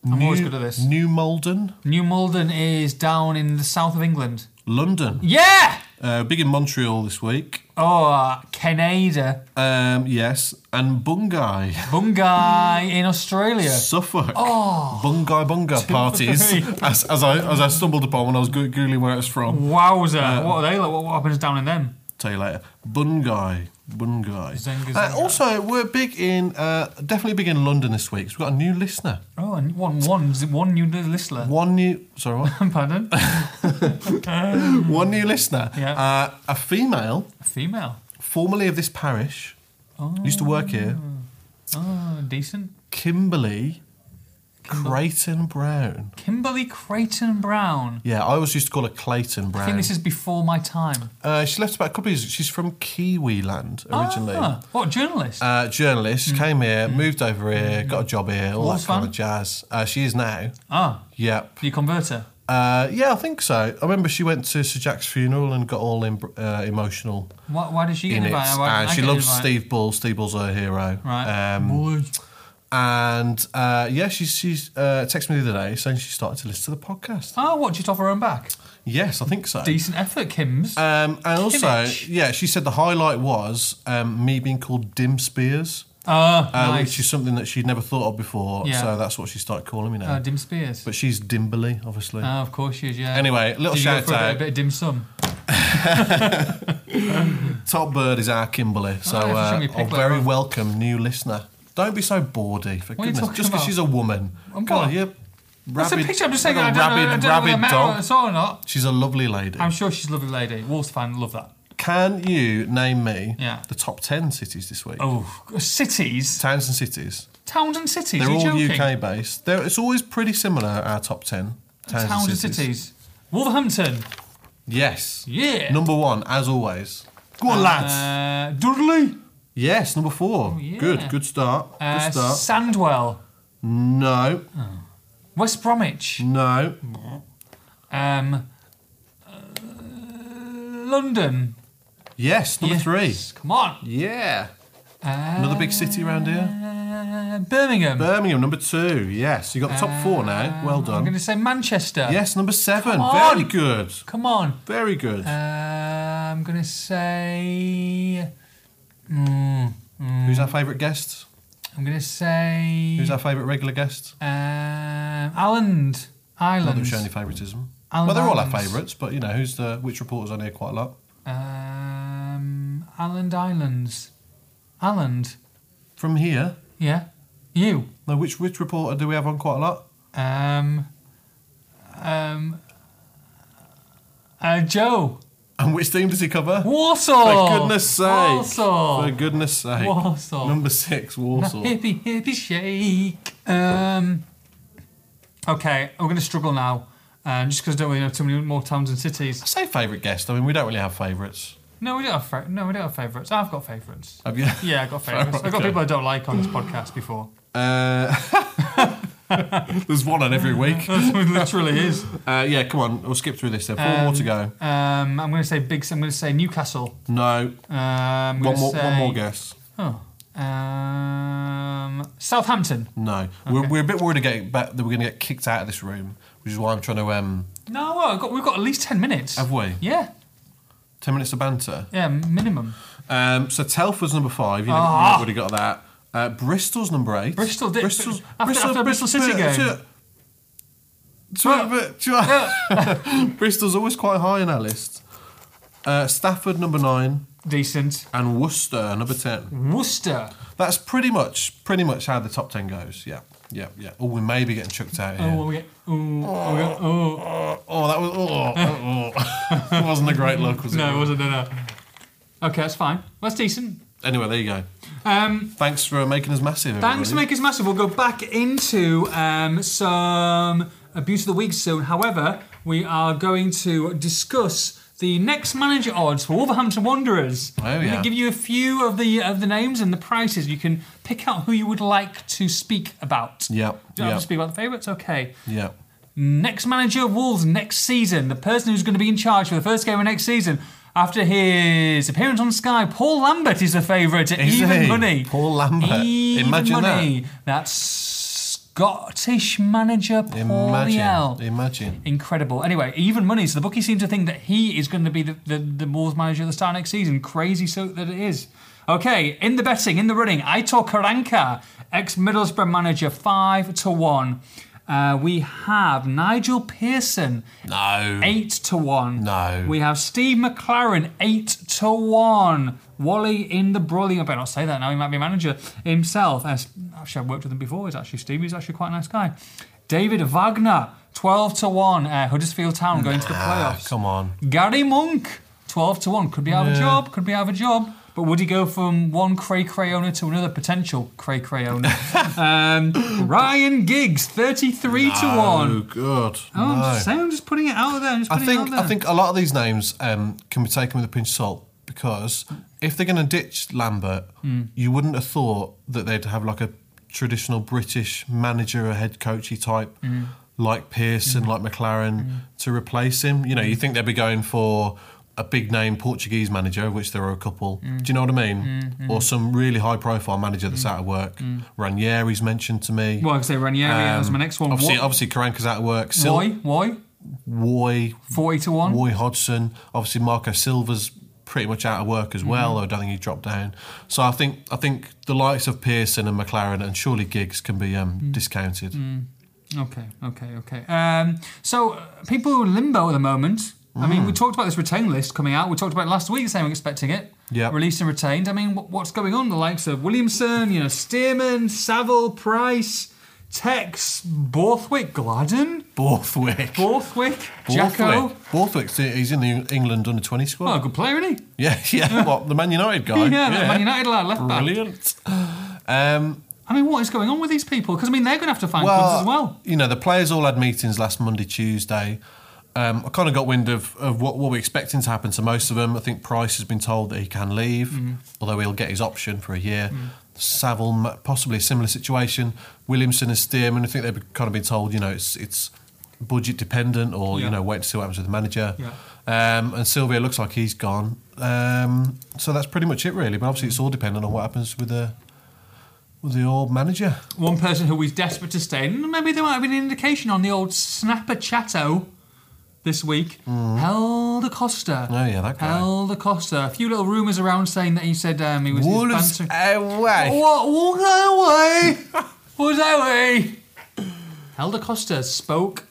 [SPEAKER 1] I'm
[SPEAKER 2] New,
[SPEAKER 1] always good at this.
[SPEAKER 2] New Malden,
[SPEAKER 1] New Malden is down in the south of England.
[SPEAKER 2] London.
[SPEAKER 1] Yeah.
[SPEAKER 2] Uh, big in Montreal this week.
[SPEAKER 1] Oh, uh, Canada,
[SPEAKER 2] Um, yes, and Bungai,
[SPEAKER 1] Bungai in Australia.
[SPEAKER 2] Suffolk,
[SPEAKER 1] Ah.
[SPEAKER 2] Bungai Bunga parties,
[SPEAKER 1] three.
[SPEAKER 2] as, as I as I stumbled upon when I was goo- googling where it was from.
[SPEAKER 1] Wowzer! Uh, what are they like? What, what happens down in them?
[SPEAKER 2] Tell you later, Bungai, Bungai.
[SPEAKER 1] Zenga,
[SPEAKER 2] Uh,
[SPEAKER 1] zenga.
[SPEAKER 2] also, we're big in uh, definitely big in London this week. 'cause we've got a new listener.
[SPEAKER 1] Oh, and one one one new listener.
[SPEAKER 2] One new, sorry, what?
[SPEAKER 1] Pardon,
[SPEAKER 2] one new listener.
[SPEAKER 1] Yeah.
[SPEAKER 2] Uh, a female,
[SPEAKER 1] female.
[SPEAKER 2] formerly of this parish, used to work here.
[SPEAKER 1] Oh, decent.
[SPEAKER 2] Kimberly Creighton Brown.
[SPEAKER 1] Kimberly Creighton Brown.
[SPEAKER 2] Yeah, I always used to call her Clayton Brown.
[SPEAKER 1] I think this is before my time.
[SPEAKER 2] Uh, she left about a couple of years. ago. She's from Kiwiland originally.
[SPEAKER 1] Ah, Mm. what journalist?
[SPEAKER 2] Uh, journalist came here, moved over here, got a job here, all
[SPEAKER 1] Lots
[SPEAKER 2] that
[SPEAKER 1] of Mm.
[SPEAKER 2] kind
[SPEAKER 1] fun.
[SPEAKER 2] of jazz. Uh, she is now.
[SPEAKER 1] ah,
[SPEAKER 2] Yep.
[SPEAKER 1] you converter.
[SPEAKER 2] Uh, yeah, I think so. I remember she went to Sir Jack's funeral and got all em- uh, emotional
[SPEAKER 1] Why, why did she get
[SPEAKER 2] in it.
[SPEAKER 1] invited? Why didn't
[SPEAKER 2] And
[SPEAKER 1] I
[SPEAKER 2] she
[SPEAKER 1] get
[SPEAKER 2] loves
[SPEAKER 1] invited?
[SPEAKER 2] Steve Ball. Steve Ball's her hero.
[SPEAKER 1] Right.
[SPEAKER 2] Um, And uh, yeah, she she's uh, texted me the other day saying she started to listen to the podcast.
[SPEAKER 1] Oh, watch it off her own back.
[SPEAKER 2] Yes, I think so.
[SPEAKER 1] Decent effort, Kim's.
[SPEAKER 2] Um, and also,
[SPEAKER 1] Kimmich.
[SPEAKER 2] yeah, she said the highlight was um, me being called Dim Spears,
[SPEAKER 1] Ah,
[SPEAKER 2] uh,
[SPEAKER 1] nice.
[SPEAKER 2] which is something that she'd never thought of before.
[SPEAKER 1] Yeah.
[SPEAKER 2] So that's what she started calling me now.
[SPEAKER 1] Ah, dim Spears.
[SPEAKER 2] but she's Dimberly, obviously.
[SPEAKER 1] Ah, of course she is, yeah.
[SPEAKER 2] Anyway, little
[SPEAKER 1] Did you
[SPEAKER 2] shout
[SPEAKER 1] go for a bit-
[SPEAKER 2] out.
[SPEAKER 1] A bit of dim sum.
[SPEAKER 2] Top bird is our Kimberly, so
[SPEAKER 1] Oh, yeah, she's
[SPEAKER 2] uh,
[SPEAKER 1] gonna be
[SPEAKER 2] a
[SPEAKER 1] picked
[SPEAKER 2] very
[SPEAKER 1] later on.
[SPEAKER 2] welcome new listener. Don't be so bawdy, for
[SPEAKER 1] What are you
[SPEAKER 2] goodness.
[SPEAKER 1] talking
[SPEAKER 2] Just because
[SPEAKER 1] about?
[SPEAKER 2] she's a woman.
[SPEAKER 1] I'm
[SPEAKER 2] Come on,
[SPEAKER 1] not.
[SPEAKER 2] you
[SPEAKER 1] That's a
[SPEAKER 2] rabid,
[SPEAKER 1] picture. I'm just saying,
[SPEAKER 2] like
[SPEAKER 1] I
[SPEAKER 2] a
[SPEAKER 1] don't know, I don't
[SPEAKER 2] rabid,
[SPEAKER 1] know whether I
[SPEAKER 2] rabid
[SPEAKER 1] met her
[SPEAKER 2] dog.
[SPEAKER 1] at all or not.
[SPEAKER 2] She's a lovely lady.
[SPEAKER 1] I'm sure she's a lovely lady. Wolves fan, love that.
[SPEAKER 2] Can you name me
[SPEAKER 1] Yeah.
[SPEAKER 2] the top 10 cities this week?
[SPEAKER 1] Oh, cities,
[SPEAKER 2] Towns and cities.
[SPEAKER 1] towns and cities.
[SPEAKER 2] They're
[SPEAKER 1] Are you
[SPEAKER 2] all
[SPEAKER 1] joking?
[SPEAKER 2] UK based. They're, it's always pretty similar, our top 10. Towns,
[SPEAKER 1] Towns and cities. Wolverhampton.
[SPEAKER 2] Yes.
[SPEAKER 1] Yeah.
[SPEAKER 2] Number one, as always. Go on, lads.
[SPEAKER 1] Uh, Dudley.
[SPEAKER 2] Yes, number four.
[SPEAKER 1] yeah.
[SPEAKER 2] Good, good start.
[SPEAKER 1] Uh,
[SPEAKER 2] good start.
[SPEAKER 1] Sandwell.
[SPEAKER 2] no,
[SPEAKER 1] West Bromwich.
[SPEAKER 2] no,
[SPEAKER 1] Um, uh, London.
[SPEAKER 2] Yes, number
[SPEAKER 1] Yes,
[SPEAKER 2] three.
[SPEAKER 1] Come on.
[SPEAKER 2] Yeah. Another big city around here.
[SPEAKER 1] Uh, Birmingham.
[SPEAKER 2] Birmingham, number two. Yes, you got the top four now. Well
[SPEAKER 1] Uh, I'm going
[SPEAKER 2] done.
[SPEAKER 1] to say Manchester.
[SPEAKER 2] Yes, number seven.
[SPEAKER 1] Come
[SPEAKER 2] Very
[SPEAKER 1] on.
[SPEAKER 2] good.
[SPEAKER 1] Come on.
[SPEAKER 2] Very good.
[SPEAKER 1] Uh, I'm going to say. Mm, mm,
[SPEAKER 2] Who's our favourite guest?
[SPEAKER 1] I'm going to say.
[SPEAKER 2] Who's our favourite regular guest?
[SPEAKER 1] Um, Island.
[SPEAKER 2] Not that we
[SPEAKER 1] Islands.
[SPEAKER 2] show any favouritism.
[SPEAKER 1] Alan
[SPEAKER 2] Well, they're all our
[SPEAKER 1] Barnes.
[SPEAKER 2] favourites, but you know, who's the which reporters on here quite a lot?
[SPEAKER 1] Um, Island Islands. Island.
[SPEAKER 2] From here,
[SPEAKER 1] Yeah. You.
[SPEAKER 2] no, which which reporter do we have on quite a lot?
[SPEAKER 1] Um. Um. Uh, Joe.
[SPEAKER 2] And which team does he cover?
[SPEAKER 1] Warsaw.
[SPEAKER 2] For goodness sake!
[SPEAKER 1] Warsaw.
[SPEAKER 2] For goodness sake!
[SPEAKER 1] Warsaw.
[SPEAKER 2] Number six, Warsaw.
[SPEAKER 1] Hippy hippy shake. Um. Okay, we're gonna struggle now. Um, just because I don't really have too many more towns and cities.
[SPEAKER 2] I say favourite guest. I mean, we don't really have favourites.
[SPEAKER 1] No, we don't have fa- no, we don't have favourites. I've got favourites.
[SPEAKER 2] Have you?
[SPEAKER 1] Yeah, I've got favourites. I've got
[SPEAKER 2] Okay.
[SPEAKER 1] people I don't like on this podcast before.
[SPEAKER 2] Uh, there's one on every week.
[SPEAKER 1] That's what it literally is.
[SPEAKER 2] Uh, yeah, come on, we'll skip through this then. Four more to go.
[SPEAKER 1] Um, I'm going to say big. I'm going to say Newcastle.
[SPEAKER 2] No,
[SPEAKER 1] Um, I'm
[SPEAKER 2] one
[SPEAKER 1] gonna
[SPEAKER 2] more,
[SPEAKER 1] say,
[SPEAKER 2] one more guess.
[SPEAKER 1] Oh, um, Southampton.
[SPEAKER 2] No, we're, we're a bit worried again that we're going to get kicked out of this room, which is why I'm trying to. Um,
[SPEAKER 1] No, well, I've got, we've got at least ten minutes.
[SPEAKER 2] have we?
[SPEAKER 1] yeah,
[SPEAKER 2] Ten minutes of banter.
[SPEAKER 1] yeah, minimum.
[SPEAKER 2] Um, so Telford's number five. You know,
[SPEAKER 1] Ah.
[SPEAKER 2] you've already got that. Uh, Bristol's number eight.
[SPEAKER 1] Bristol did-
[SPEAKER 2] Bristol's
[SPEAKER 1] after- after Bristol City
[SPEAKER 2] but-
[SPEAKER 1] game.
[SPEAKER 2] but- but- but- Bristol's always quite high in our list. Uh, Stafford number nine
[SPEAKER 1] Decent.
[SPEAKER 2] and Worcester number ten.
[SPEAKER 1] Worcester.
[SPEAKER 2] That's pretty much pretty much how the top ten goes. Yeah, yeah, yeah. Oh, we may be getting chucked out here.
[SPEAKER 1] Oh, we get. Ooh, oh, we get- ooh.
[SPEAKER 2] Oh, oh, that was oh, oh, oh. wasn't a great look, was it?
[SPEAKER 1] No, it wasn't. No, no. Okay, that's fine. That's decent.
[SPEAKER 2] Anyway, there you go.
[SPEAKER 1] Um,
[SPEAKER 2] Thanks for making us massive.
[SPEAKER 1] Thanks for
[SPEAKER 2] everybody.
[SPEAKER 1] making us massive. We'll go back into um, some abuse of the week soon. However, we are going to discuss the next manager odds for Wolverhampton Wanderers.
[SPEAKER 2] Oh,
[SPEAKER 1] I'm
[SPEAKER 2] yeah.
[SPEAKER 1] to give you a few of the of the names and the prices. You can pick out who you would like to speak about.
[SPEAKER 2] Yep,
[SPEAKER 1] Do you want
[SPEAKER 2] yep.
[SPEAKER 1] to speak about the favourites? Okay.
[SPEAKER 2] Yeah.
[SPEAKER 1] Next manager of Wolves next season, the person who's going to be in charge for the first game of next season. After his appearance on Sky, Paul Lambert is the favourite at
[SPEAKER 2] Is
[SPEAKER 1] even
[SPEAKER 2] he?
[SPEAKER 1] money.
[SPEAKER 2] Paul Lambert.
[SPEAKER 1] Even
[SPEAKER 2] Imagine that.
[SPEAKER 1] money. That's Scottish manager Paul Liel.
[SPEAKER 2] Imagine. Imagine.
[SPEAKER 1] Incredible. Anyway, even money. So the bookie seems to think that he is going to be the, the, the Wolves manager at the start of next season. Crazy so that it is. Okay, in the betting, in the running, Aitor Karanka, ex Middlesbrough manager, 5 to 1. Uh, we have Nigel Pearson,
[SPEAKER 2] No.
[SPEAKER 1] 8 to 1.
[SPEAKER 2] No.
[SPEAKER 1] We have Steve McLaren, 8 to 1. Wally in the Brolly. I better not say that now, he might be manager himself. As, actually, I've worked with him before. He's actually Steve, he's actually quite a nice guy. David Wagner, 12 to 1. Uh, Huddersfield Town going to the
[SPEAKER 2] Ah,
[SPEAKER 1] playoffs.
[SPEAKER 2] come on.
[SPEAKER 1] Gary Monk, 12 to 1. Could be out of a
[SPEAKER 2] Yeah.
[SPEAKER 1] job, could be out of a job. But would he go from one cray cray owner to another potential cray cray owner? um, Ryan Giggs, 33 to 1.
[SPEAKER 2] Oh, good.
[SPEAKER 1] Oh, I'm,
[SPEAKER 2] no.
[SPEAKER 1] just saying, I'm just putting it out there. I'm just
[SPEAKER 2] I
[SPEAKER 1] putting it out
[SPEAKER 2] think
[SPEAKER 1] there.
[SPEAKER 2] I think a lot of these names um, can be taken with a pinch of salt because if they're going to ditch Lambert,
[SPEAKER 1] Hmm.
[SPEAKER 2] you wouldn't have thought that they'd have like a traditional British manager or head coachy type
[SPEAKER 1] Hmm. Hmm.
[SPEAKER 2] like Pearson, like McLaren to replace him. You know, you think they'd be going for a big name Portuguese manager, of which there are a couple.
[SPEAKER 1] Hmm.
[SPEAKER 2] Do you know what I mean? Or some really high profile manager that's out of work.
[SPEAKER 1] Hmm.
[SPEAKER 2] Ranieri's mentioned to me.
[SPEAKER 1] Well, I could say Ranieri. that was
[SPEAKER 2] Um,
[SPEAKER 1] my next one.
[SPEAKER 2] Obviously,
[SPEAKER 1] What-
[SPEAKER 2] obviously Karanka's out of work. Sil-
[SPEAKER 1] Why? Why?
[SPEAKER 2] Woy,
[SPEAKER 1] Forty to one.
[SPEAKER 2] Roy Hodgson. Obviously, Marco Silva's pretty much out of work as
[SPEAKER 1] Mm-hmm.
[SPEAKER 2] well. though I don't think he dropped down. So I think I think the likes of Pearson and McLaren and surely Giggs can be um,
[SPEAKER 1] Mm.
[SPEAKER 2] discounted.
[SPEAKER 1] Okay, okay, okay. Um, so uh, people who are in limbo at the moment. I mean,
[SPEAKER 2] Mm.
[SPEAKER 1] we talked about this retain list coming out. We talked about it last week saying we're expecting it.
[SPEAKER 2] Yep.
[SPEAKER 1] Released and retained. I mean, what, what's going on? The likes of Williamson, you know, Stearman, Saville, Price, Tex, Borthwick, Gladden,
[SPEAKER 2] Borthwick.
[SPEAKER 1] Borthwick, Jacko.
[SPEAKER 2] Borthwick. Borthwick's he's in the England under twenty squad.
[SPEAKER 1] Well, a good player, isn't he?
[SPEAKER 2] Yeah, yeah. What the Man United guy?
[SPEAKER 1] Yeah, that Man United lad, left back.
[SPEAKER 2] Brilliant. Um,
[SPEAKER 1] I mean, what is going on with these people? Because I mean, they're going to have to find clubs
[SPEAKER 2] well,
[SPEAKER 1] as well.
[SPEAKER 2] you know, the players all had meetings last Monday, Tuesday. Um, I kind of got wind of, of what, what we're expecting to happen to most of them. I think Price has been told that he can leave,
[SPEAKER 1] Mm-hmm.
[SPEAKER 2] although he'll get his option for a year. Saville, m- possibly a similar situation. Williamson and Stearman, I think they've kind of been told, you know, it's it's budget dependent or,
[SPEAKER 1] Yeah.
[SPEAKER 2] you know, wait to see what happens with the manager.
[SPEAKER 1] Yeah.
[SPEAKER 2] Um, and Sylvia looks like he's gone. Um, so that's pretty much it, really. But
[SPEAKER 1] Mm-hmm.
[SPEAKER 2] obviously, it's all dependent on what happens with the, with the old manager.
[SPEAKER 1] One person who was desperate to stay, and maybe there might have been an indication on the old snapper chatto this week. Hel de Costa.
[SPEAKER 2] Mm. Oh, yeah, that guy.
[SPEAKER 1] Hel de Costa. A few little rumours around saying that he said um, he was he was
[SPEAKER 2] Wolves
[SPEAKER 1] bantering-
[SPEAKER 2] away.
[SPEAKER 1] What? Walk away. Walk away. Hel de Costa spoke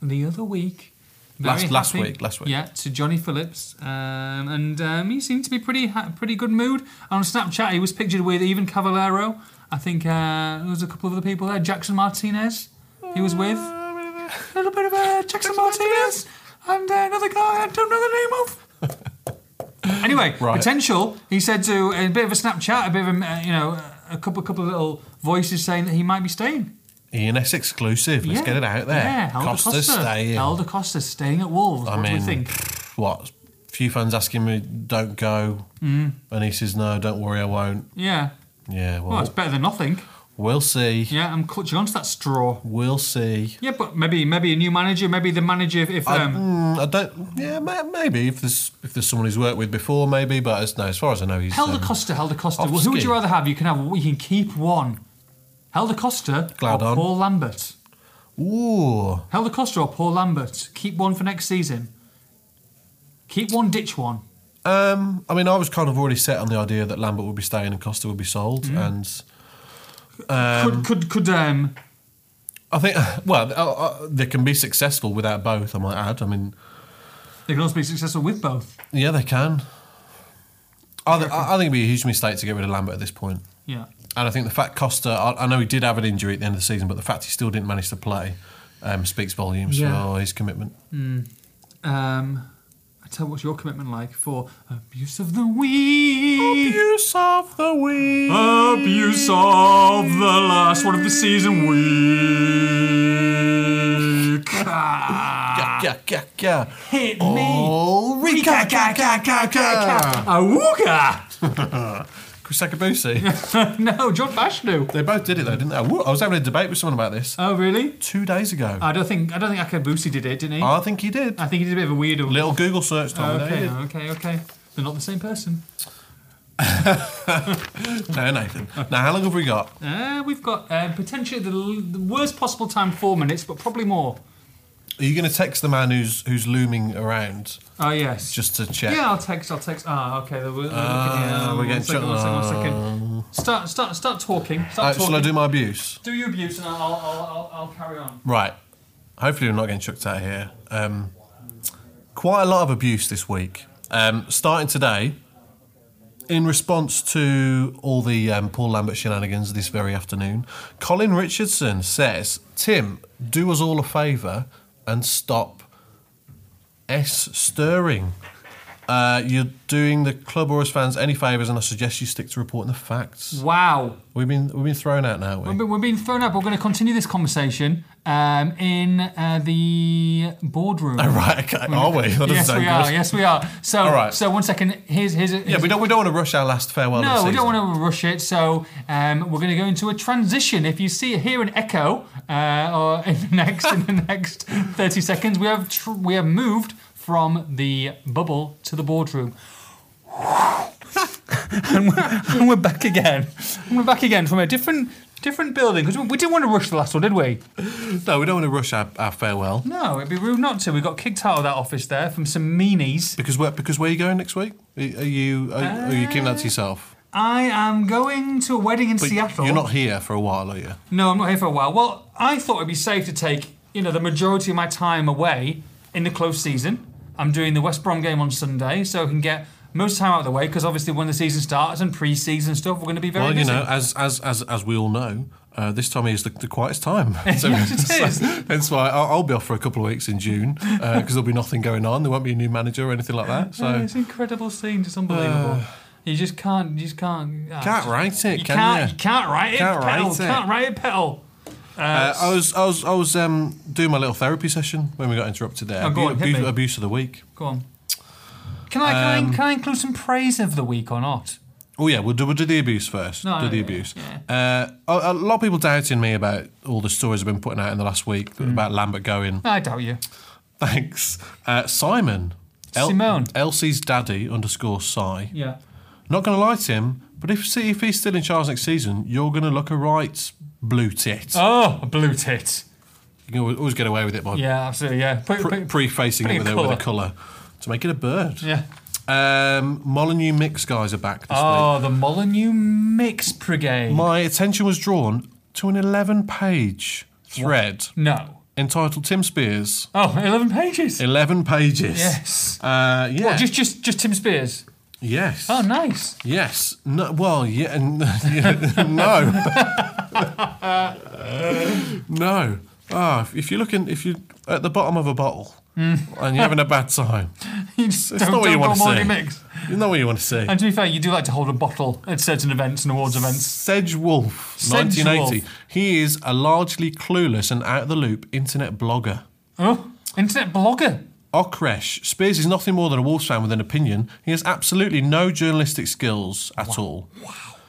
[SPEAKER 1] the other week. very
[SPEAKER 2] Last- last
[SPEAKER 1] happy,
[SPEAKER 2] week, last week.
[SPEAKER 1] Yeah, to Johnny Phillips, um, and um, he seemed to be pretty ha- pretty good mood. On Snapchat, he was pictured with even Cavallero. I think uh, there was a couple of other people there. Jackson Martinez, he was with
[SPEAKER 2] Mm.
[SPEAKER 1] a little bit of uh, Jackson Martinez, and uh, another guy I don't know the name of. Anyway,
[SPEAKER 2] Right.
[SPEAKER 1] potential. He said to a bit of a Snapchat, a bit of a uh, you know a couple couple of little voices saying that he might be staying.
[SPEAKER 2] ENS exclusive. Let's
[SPEAKER 1] Yeah.
[SPEAKER 2] get it out there.
[SPEAKER 1] Yeah, Helder Costa,
[SPEAKER 2] Costa's staying.
[SPEAKER 1] Helder Costa staying at Wolves.
[SPEAKER 2] I
[SPEAKER 1] what
[SPEAKER 2] mean,
[SPEAKER 1] do we think?
[SPEAKER 2] what? Few fans asking me, "Don't go,"
[SPEAKER 1] Mm.
[SPEAKER 2] and he says, "No, don't worry, I won't."
[SPEAKER 1] Yeah.
[SPEAKER 2] Yeah, well,
[SPEAKER 1] Well, it's better than nothing.
[SPEAKER 2] we'll see.
[SPEAKER 1] Yeah, I'm clutching onto that straw.
[SPEAKER 2] We'll see.
[SPEAKER 1] Yeah, but maybe maybe a new manager, maybe the manager if, if
[SPEAKER 2] I,
[SPEAKER 1] um,
[SPEAKER 2] mm, I don't. Yeah, ma- maybe if there's if there's someone he's worked with before, maybe. But as, no, as far as I know, he's
[SPEAKER 1] Helder
[SPEAKER 2] um,
[SPEAKER 1] Costa, Helder Costa. Well, who would you
[SPEAKER 2] Ofsky.
[SPEAKER 1] rather have? You can have you can keep one. Helder Costa or
[SPEAKER 2] Gladon.
[SPEAKER 1] Paul Lambert.
[SPEAKER 2] Ooh,
[SPEAKER 1] Helder Costa or Paul Lambert. Keep one for next season. Keep one, ditch one.
[SPEAKER 2] um, I mean, I was kind of already set on the idea that Lambert would be staying and Costa would be sold,
[SPEAKER 1] Mm.
[SPEAKER 2] and
[SPEAKER 1] could could could um
[SPEAKER 2] I think well, uh, uh, they can be successful without both. I might add. I mean,
[SPEAKER 1] they can also be successful with both.
[SPEAKER 2] Yeah, they can. I, th- I I think it'd be a huge mistake to get rid of Lambert at this point.
[SPEAKER 1] Yeah.
[SPEAKER 2] And I think the fact Costa, I, I know he did have an injury at the end of the season, but the fact he still didn't manage to play um, speaks volumes
[SPEAKER 1] Yeah.
[SPEAKER 2] for his commitment.
[SPEAKER 1] Um I tell you what's your commitment like for abuse of the week.
[SPEAKER 2] Abuse of the week.
[SPEAKER 1] Ah. Abuse of the last one of the season week. Ah.
[SPEAKER 2] Yeah, yeah, yeah, yeah.
[SPEAKER 1] Hit me.
[SPEAKER 2] Oh, Rika, ga, ga, ga, ga.
[SPEAKER 1] Awooga!
[SPEAKER 2] Chris Akabusi.
[SPEAKER 1] no, John Bashnu.
[SPEAKER 2] they both did it though, didn't they? Woo, I was having a debate with someone about this
[SPEAKER 1] Oh really?
[SPEAKER 2] two days ago.
[SPEAKER 1] I don't think I don't think Akabusi did it, didn't he?
[SPEAKER 2] I think he did.
[SPEAKER 1] I think he did a bit of a weird
[SPEAKER 2] Little Google search, Tom. there he
[SPEAKER 1] Ah. Okay, ah.
[SPEAKER 2] is.
[SPEAKER 1] okay, okay. They're not the same person.
[SPEAKER 2] No, Nathan. Now, how long have we got?
[SPEAKER 1] Uh, we've got uh, potentially the, l- the worst possible time, four minutes, but probably more.
[SPEAKER 2] Are you going to text the man who's who's looming around
[SPEAKER 1] Oh, yes.
[SPEAKER 2] just to check?
[SPEAKER 1] yeah, I'll text, I'll text. Ah, okay. The, the,
[SPEAKER 2] Ah, we're getting
[SPEAKER 1] second,
[SPEAKER 2] shut-
[SPEAKER 1] one second, one second. Start, start, start talking. Start
[SPEAKER 2] Uh,
[SPEAKER 1] talking.
[SPEAKER 2] shall I do my abuse?
[SPEAKER 1] Do your abuse and I'll, I'll, I'll, I'll carry on.
[SPEAKER 2] Right. Hopefully, we're not getting chucked out here. Um, quite a lot of abuse this week. Um, starting today, in response to all the um, Paul Lambert shenanigans this very afternoon, Colin Richardson says, Tim, do us all a favour and stop S stirring. Uh, you're doing the club or us fans any favours, and I suggest you stick to reporting the facts.
[SPEAKER 1] Wow.
[SPEAKER 2] We've been we've been thrown out now. haven't we?
[SPEAKER 1] We're, we're being thrown up. We're going to continue this conversation um, in uh, the boardroom.
[SPEAKER 2] Right, okay. Are we? That doesn't
[SPEAKER 1] Yes,
[SPEAKER 2] sound
[SPEAKER 1] we
[SPEAKER 2] good.
[SPEAKER 1] are. Yes, we are. So,
[SPEAKER 2] All right.
[SPEAKER 1] so one second. Here's, here's, here's
[SPEAKER 2] Yeah, we don't, we don't want to rush our last farewell.
[SPEAKER 1] No, we don't want to rush it. So um, we're going to go into a transition. If you see hear an echo, uh, or in the next in the next thirty seconds, we have tr- we have moved from the bubble to the boardroom. and, we're, and we're back again. And we're back again from a different different building because we didn't want to rush the last one, did we?
[SPEAKER 2] No, we don't want to rush our, our farewell
[SPEAKER 1] No, it'd be rude not to. We got kicked out of that office there from some meanies.
[SPEAKER 2] because where because where are you going next week? Are are you are, are you keeping that to yourself?
[SPEAKER 1] I am going to a wedding in
[SPEAKER 2] But
[SPEAKER 1] Uh, Seattle.
[SPEAKER 2] You're not here for a while, are you?
[SPEAKER 1] No, I'm not here for a while. Well, I thought it'd be safe to take, you know, the majority of my time away in the close season. I'm doing the West Brom game on Sunday, so I can get most time out of the way because obviously when the season starts and pre-season stuff, we're going to be very
[SPEAKER 2] Well, you
[SPEAKER 1] busy.
[SPEAKER 2] know, as as as as we all know, uh, this time is the, the quietest time. So,
[SPEAKER 1] Yes, it is.
[SPEAKER 2] so hence why I'll, I'll be off for a couple of weeks in June because there'll be nothing going on. There won't be a new manager or anything like that. So Uh,
[SPEAKER 1] it's incredible scenes. It's unbelievable. you just can't. You just can't. ah,
[SPEAKER 2] can't write it,
[SPEAKER 1] You
[SPEAKER 2] can
[SPEAKER 1] can't.
[SPEAKER 2] ya?
[SPEAKER 1] You can't write it.
[SPEAKER 2] Can't
[SPEAKER 1] Petal,
[SPEAKER 2] write it.
[SPEAKER 1] Can't write it. Petal.
[SPEAKER 2] Uh, I was I was I was um, doing my little therapy session when we got interrupted there.
[SPEAKER 1] Oh, go on, hit
[SPEAKER 2] abuse,
[SPEAKER 1] me.
[SPEAKER 2] abuse of the week.
[SPEAKER 1] Go on. Can I, can,
[SPEAKER 2] um,
[SPEAKER 1] I, can I include some praise of the week or not?
[SPEAKER 2] Oh yeah, we'll do, we'll do the abuse first.
[SPEAKER 1] No,
[SPEAKER 2] do the
[SPEAKER 1] yeah,
[SPEAKER 2] abuse. Uh, a, a lot of people doubting me about all the stories I've been putting out in the last week
[SPEAKER 1] Hmm.
[SPEAKER 2] about Lambert going.
[SPEAKER 1] I doubt you.
[SPEAKER 2] Thanks, uh, Simon.
[SPEAKER 1] Simone.
[SPEAKER 2] Elsie's daddy underscore Cy.
[SPEAKER 1] Yeah.
[SPEAKER 2] Not going to lie to him, but if see, if he's still in charge next season, you're going to look a right blue tit.
[SPEAKER 1] Oh, a blue tit.
[SPEAKER 2] You can always- always get away with it by
[SPEAKER 1] Yeah, absolutely. Yeah. Put,
[SPEAKER 2] pre-
[SPEAKER 1] put-
[SPEAKER 2] prefacing
[SPEAKER 1] put
[SPEAKER 2] it
[SPEAKER 1] in
[SPEAKER 2] with a, with a colour to make it a bird.
[SPEAKER 1] yeah.
[SPEAKER 2] Um, Molyneux Mix guys are back this week.
[SPEAKER 1] Oh, the Molyneux Mix Brigade.
[SPEAKER 2] My attention was drawn to an 11 page thread
[SPEAKER 1] no.
[SPEAKER 2] entitled Tim Spears.
[SPEAKER 1] Oh, 11 pages.
[SPEAKER 2] 11 pages.
[SPEAKER 1] Yes.
[SPEAKER 2] Uh, yeah.
[SPEAKER 1] Just, just, just Tim Spears.
[SPEAKER 2] yes.
[SPEAKER 1] Oh, nice.
[SPEAKER 2] Yes. No. Well. Yeah. n- yeah, no. no. Ah, if- if you're looking, if you're at the bottom of a bottle
[SPEAKER 1] Hmm.
[SPEAKER 2] and you're having a bad time,
[SPEAKER 1] You just
[SPEAKER 2] It's
[SPEAKER 1] don't,
[SPEAKER 2] not what
[SPEAKER 1] don't
[SPEAKER 2] you
[SPEAKER 1] go
[SPEAKER 2] wanna
[SPEAKER 1] Molyneux
[SPEAKER 2] see.
[SPEAKER 1] Mix.
[SPEAKER 2] you know what you want to see.
[SPEAKER 1] And to be fair, you do like to hold a bottle at certain events and awards events.
[SPEAKER 2] Sedge Wolf,
[SPEAKER 1] Sedge
[SPEAKER 2] 1980.
[SPEAKER 1] Wolf.
[SPEAKER 2] He is a largely clueless and out of the loop internet blogger.
[SPEAKER 1] Oh, internet blogger.
[SPEAKER 2] Okresh Spears is nothing more than a Wolves fan with an opinion. He has absolutely no journalistic skills at all.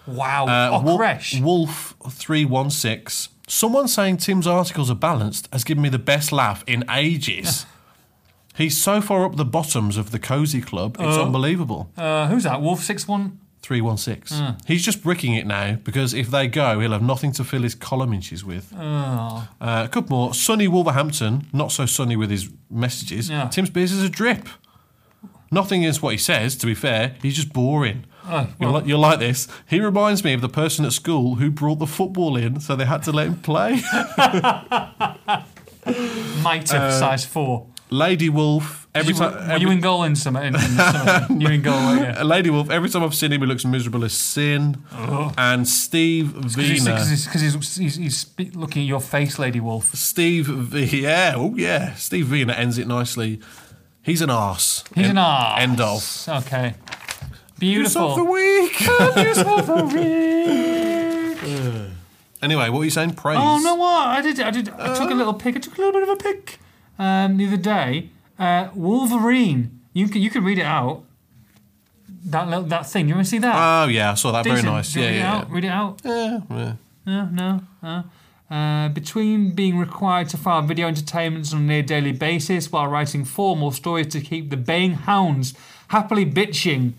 [SPEAKER 1] Wow. Oh,
[SPEAKER 2] Uh, Wol-
[SPEAKER 1] Okresh.
[SPEAKER 2] Wolf three one six. Someone saying Tim's articles are balanced has given me the best laugh in ages. He's so far up the bottoms of the cozy club, it's unbelievable.
[SPEAKER 1] uh, who's that? Wolf six one.
[SPEAKER 2] Three one six.
[SPEAKER 1] Hmm.
[SPEAKER 2] He's just bricking it now because if they go, he'll have nothing to fill his column inches with.
[SPEAKER 1] Oh.
[SPEAKER 2] Uh, a couple more. Sunny Wolverhampton, not so sunny with his messages.
[SPEAKER 1] Yeah.
[SPEAKER 2] Tim Spears is a drip. Nothing is what he says, to be fair. He's just boring.
[SPEAKER 1] Oh,
[SPEAKER 2] you'll, li- you'll like this. He reminds me of the person at school who brought the football in, so they had to let him play.
[SPEAKER 1] Mitre size four.
[SPEAKER 2] Lady Wolf, Uh, every
[SPEAKER 1] You-
[SPEAKER 2] time.
[SPEAKER 1] were you in goal in summer? In, in the summer? you in goal? weren't you?
[SPEAKER 2] Uh, Lady Wolf, every time I've seen him, he looks miserable as sin. And Steve Vina.
[SPEAKER 1] Because he's, Oh. 'cause he's, he's, he's spe- looking at your face, Lady Wolf.
[SPEAKER 2] Steve V. Yeah, oh, yeah. Steve Vina ends it nicely. He's an arse.
[SPEAKER 1] He's an arse.
[SPEAKER 2] End of.
[SPEAKER 1] Okay.
[SPEAKER 2] News of the
[SPEAKER 1] Beautiful.
[SPEAKER 2] week.
[SPEAKER 1] Beautiful for me.
[SPEAKER 2] Anyway, what are you saying? Praise.
[SPEAKER 1] Oh no! What I did? I did. I
[SPEAKER 2] Uh.
[SPEAKER 1] took a little pick. I took a little bit of a pick um, the other day. Uh, Wolverine. You can you can read it out. That little, that thing. You want to see that?
[SPEAKER 2] Oh yeah, I saw that. Very
[SPEAKER 1] Decent.
[SPEAKER 2] nice.
[SPEAKER 1] Do you
[SPEAKER 2] Yeah,
[SPEAKER 1] read it
[SPEAKER 2] yeah,
[SPEAKER 1] out. Read it out.
[SPEAKER 2] yeah. yeah. yeah.
[SPEAKER 1] No, no. no. Uh, between being required to file video entertainments on a near daily basis while writing formal stories to keep the baying hounds happily bitching,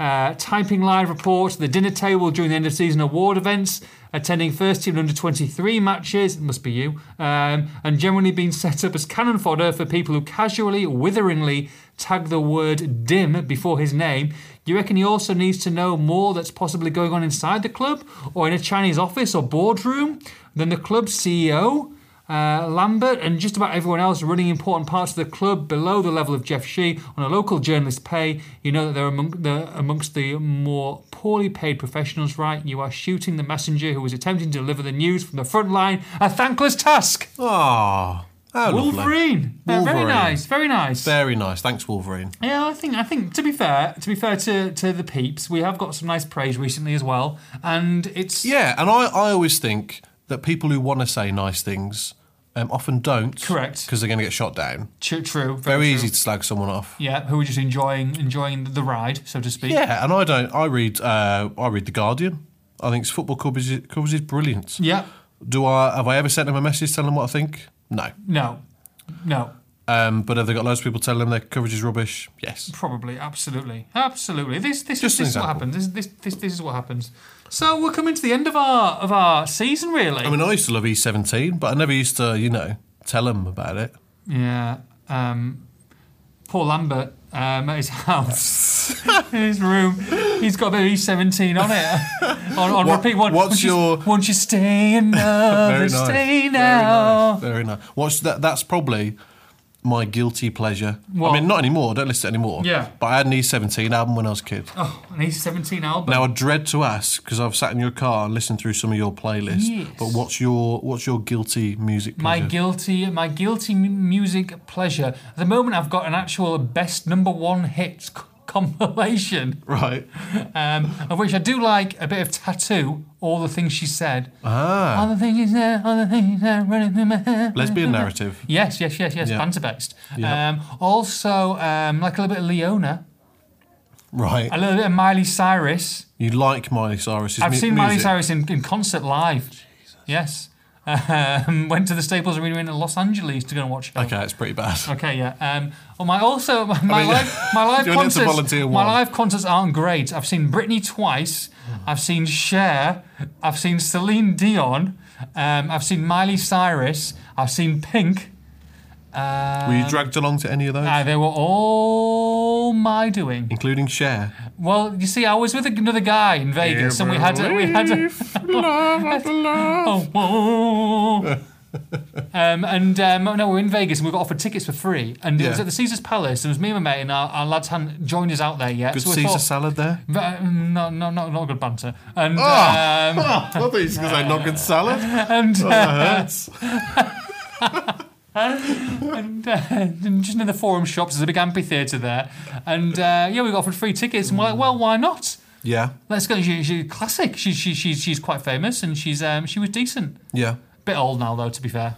[SPEAKER 1] uh, typing live reports at the dinner table during the end of season award events, attending first team under 23 matches, it must be you, um, and generally being set up as cannon fodder for people who casually, witheringly tag the word dim before his name. You reckon he also needs to know more that's possibly going on inside the club or in a Chinese office or boardroom than the club's CEO? Uh, Lambert and just about everyone else running important parts of the club below the level of Jeff Shee on a local journalist pay. You know that they're among the, amongst the more poorly paid professionals, right? You are shooting the messenger who is attempting to deliver the news from the front line. A thankless task.
[SPEAKER 2] Oh, how lovely.
[SPEAKER 1] Wolverine. Yeah, very
[SPEAKER 2] Wolverine.
[SPEAKER 1] nice. Very nice.
[SPEAKER 2] Very nice. Thanks, Wolverine.
[SPEAKER 1] Yeah, I think I think to be fair, to be fair to, to the peeps, we have got some nice praise recently as well, and it's
[SPEAKER 2] Yeah, and I, I always think that people who want to say nice things um, often don't.
[SPEAKER 1] Correct.
[SPEAKER 2] Because they're going to get shot down.
[SPEAKER 1] tru- true,
[SPEAKER 2] Very
[SPEAKER 1] true.
[SPEAKER 2] easy to slag someone off.
[SPEAKER 1] Yeah, who are just enjoying enjoying the ride, so to speak.
[SPEAKER 2] Yeah, and I don't. I read. Uh, I read the Guardian. I think its football coverage, coverage is brilliant.
[SPEAKER 1] Yeah.
[SPEAKER 2] Do I have I ever sent them a message telling them what I think? No.
[SPEAKER 1] No, no.
[SPEAKER 2] Um, but have they got loads of people telling them their coverage is rubbish? Yes.
[SPEAKER 1] Probably, absolutely, absolutely. This this,
[SPEAKER 2] Just an
[SPEAKER 1] this is what
[SPEAKER 2] example.
[SPEAKER 1] happens. This, this this this is what happens. So we're coming to the end of our of our season, really.
[SPEAKER 2] I mean, I used to love E17, but I never used to, you know, tell them about it.
[SPEAKER 1] yeah. Um, Paul Lambert um, at his house, in his room, he's got a bit of E17 on it on, on
[SPEAKER 2] What-
[SPEAKER 1] repeat. Won't-
[SPEAKER 2] what's
[SPEAKER 1] won't you-
[SPEAKER 2] your-
[SPEAKER 1] won't you stay in love
[SPEAKER 2] Very
[SPEAKER 1] and
[SPEAKER 2] nice.
[SPEAKER 1] stay
[SPEAKER 2] Very
[SPEAKER 1] now?
[SPEAKER 2] nice. Very nice. What's that? That's probably my guilty pleasure.
[SPEAKER 1] What?
[SPEAKER 2] I mean, not anymore. I don't listen to it anymore.
[SPEAKER 1] Yeah.
[SPEAKER 2] But I had an E17 album when I was a kid.
[SPEAKER 1] Oh, an E17 album.
[SPEAKER 2] Now I dread to ask because I've sat in your car and listened through some of your playlists.
[SPEAKER 1] Yes.
[SPEAKER 2] But what's your what's your guilty music
[SPEAKER 1] My
[SPEAKER 2] pleasure?
[SPEAKER 1] guilty, my guilty m- music pleasure. At the moment, I've got an actual best number one hits c- compilation,
[SPEAKER 2] right.
[SPEAKER 1] um, of which I do like a bit of tattoo. All the things she said.
[SPEAKER 2] Ah.
[SPEAKER 1] All the things she said. All the things that running through my head.
[SPEAKER 2] Lesbian narrative.
[SPEAKER 1] Yes, yes, yes, yes.
[SPEAKER 2] Yeah.
[SPEAKER 1] Banter based.
[SPEAKER 2] Yeah.
[SPEAKER 1] Um, also, um, like a little bit of Leona,
[SPEAKER 2] Right.
[SPEAKER 1] a little bit of Miley Cyrus.
[SPEAKER 2] You like Miley Cyrus's
[SPEAKER 1] I've
[SPEAKER 2] mu-
[SPEAKER 1] seen Miley
[SPEAKER 2] music.
[SPEAKER 1] Cyrus in, in concert live. Yes. Um, went to the Staples Arena in Los Angeles to go and watch her.
[SPEAKER 2] Okay, it's pretty bad.
[SPEAKER 1] Okay, yeah. Um, well, my also my live my live
[SPEAKER 2] you only have to
[SPEAKER 1] concerts
[SPEAKER 2] volunteer
[SPEAKER 1] my
[SPEAKER 2] one.
[SPEAKER 1] live concerts aren't great. I've seen Britney twice.
[SPEAKER 2] Hmm.
[SPEAKER 1] I've seen Cher. I've seen Celine Dion. Um, I've seen Miley Cyrus. I've seen Pink.
[SPEAKER 2] Were you dragged along to any of those,
[SPEAKER 1] Um, Uh, they were all my doing.
[SPEAKER 2] including Cher?
[SPEAKER 1] Well, you see, I was with another guy in Vegas, and we had a, we had a, oh, whoa. um, and um, no, we were in Vegas and we got offered tickets for free. And it was
[SPEAKER 2] Yeah.
[SPEAKER 1] at the Caesar's Palace. And it was me and my mate, and our, our lads hadn't joined us out there yet.
[SPEAKER 2] Good
[SPEAKER 1] so we
[SPEAKER 2] Caesar
[SPEAKER 1] thought,
[SPEAKER 2] salad there.
[SPEAKER 1] But, uh, no, no, no, not good banter. And
[SPEAKER 2] Ah.
[SPEAKER 1] um,
[SPEAKER 2] I thought you were going to say not good salad. Oh,
[SPEAKER 1] and uh,
[SPEAKER 2] That hurts.
[SPEAKER 1] and, uh, and just in the forum shops, there's a big amphitheater there. And uh, yeah, we got offered free tickets, and we're like, well, why not?
[SPEAKER 2] Yeah,
[SPEAKER 1] Let's go. She, she's classic. She, she, she's she's quite famous, and she's um, she was decent.
[SPEAKER 2] yeah,
[SPEAKER 1] Bit old now, though. To be fair,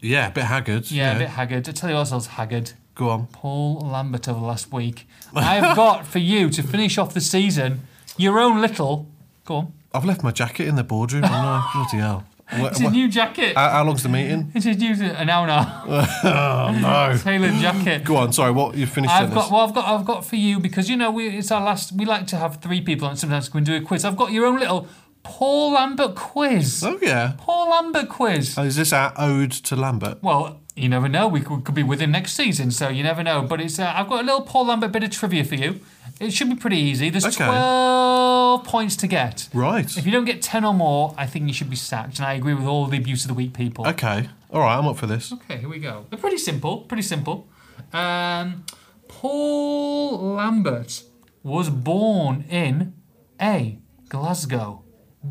[SPEAKER 2] yeah. A bit haggard.
[SPEAKER 1] yeah, a bit haggard. I tell you what else haggard.
[SPEAKER 2] Go on.
[SPEAKER 1] Paul Lambert over the last week. I've got for you to finish off the season. Your own little. Go on.
[SPEAKER 2] I've left my jacket in the boardroom. haven't I? Bloody hell. Wh-
[SPEAKER 1] It's a
[SPEAKER 2] wh-
[SPEAKER 1] new jacket.
[SPEAKER 2] how, how long's the meeting?
[SPEAKER 1] It's a new an hour now.
[SPEAKER 2] Oh no.
[SPEAKER 1] Tailored jacket.
[SPEAKER 2] Go on. Sorry. What you finished?
[SPEAKER 1] I've
[SPEAKER 2] sentence.
[SPEAKER 1] got well, I've got I've got for you because you know we, it's our last. We like to have three people and sometimes we can do a quiz. I've got your own little Paul Lambert quiz.
[SPEAKER 2] Oh yeah.
[SPEAKER 1] Paul Lambert quiz.
[SPEAKER 2] Oh, Is this our ode to Lambert?
[SPEAKER 1] Well, you never know. We could, could be with him next season, so you never know. But it's uh, I've got a little Paul Lambert bit of trivia for you. It should be pretty easy. There's
[SPEAKER 2] Okay.
[SPEAKER 1] twelve points to get.
[SPEAKER 2] Right.
[SPEAKER 1] If you don't get ten or more, I think you should be sacked. And I agree with all the abuse of the week people.
[SPEAKER 2] Okay. All right. I'm up for this.
[SPEAKER 1] Okay, here we go. They're pretty simple. Pretty simple. Um, Paul Lambert was born in A. Glasgow,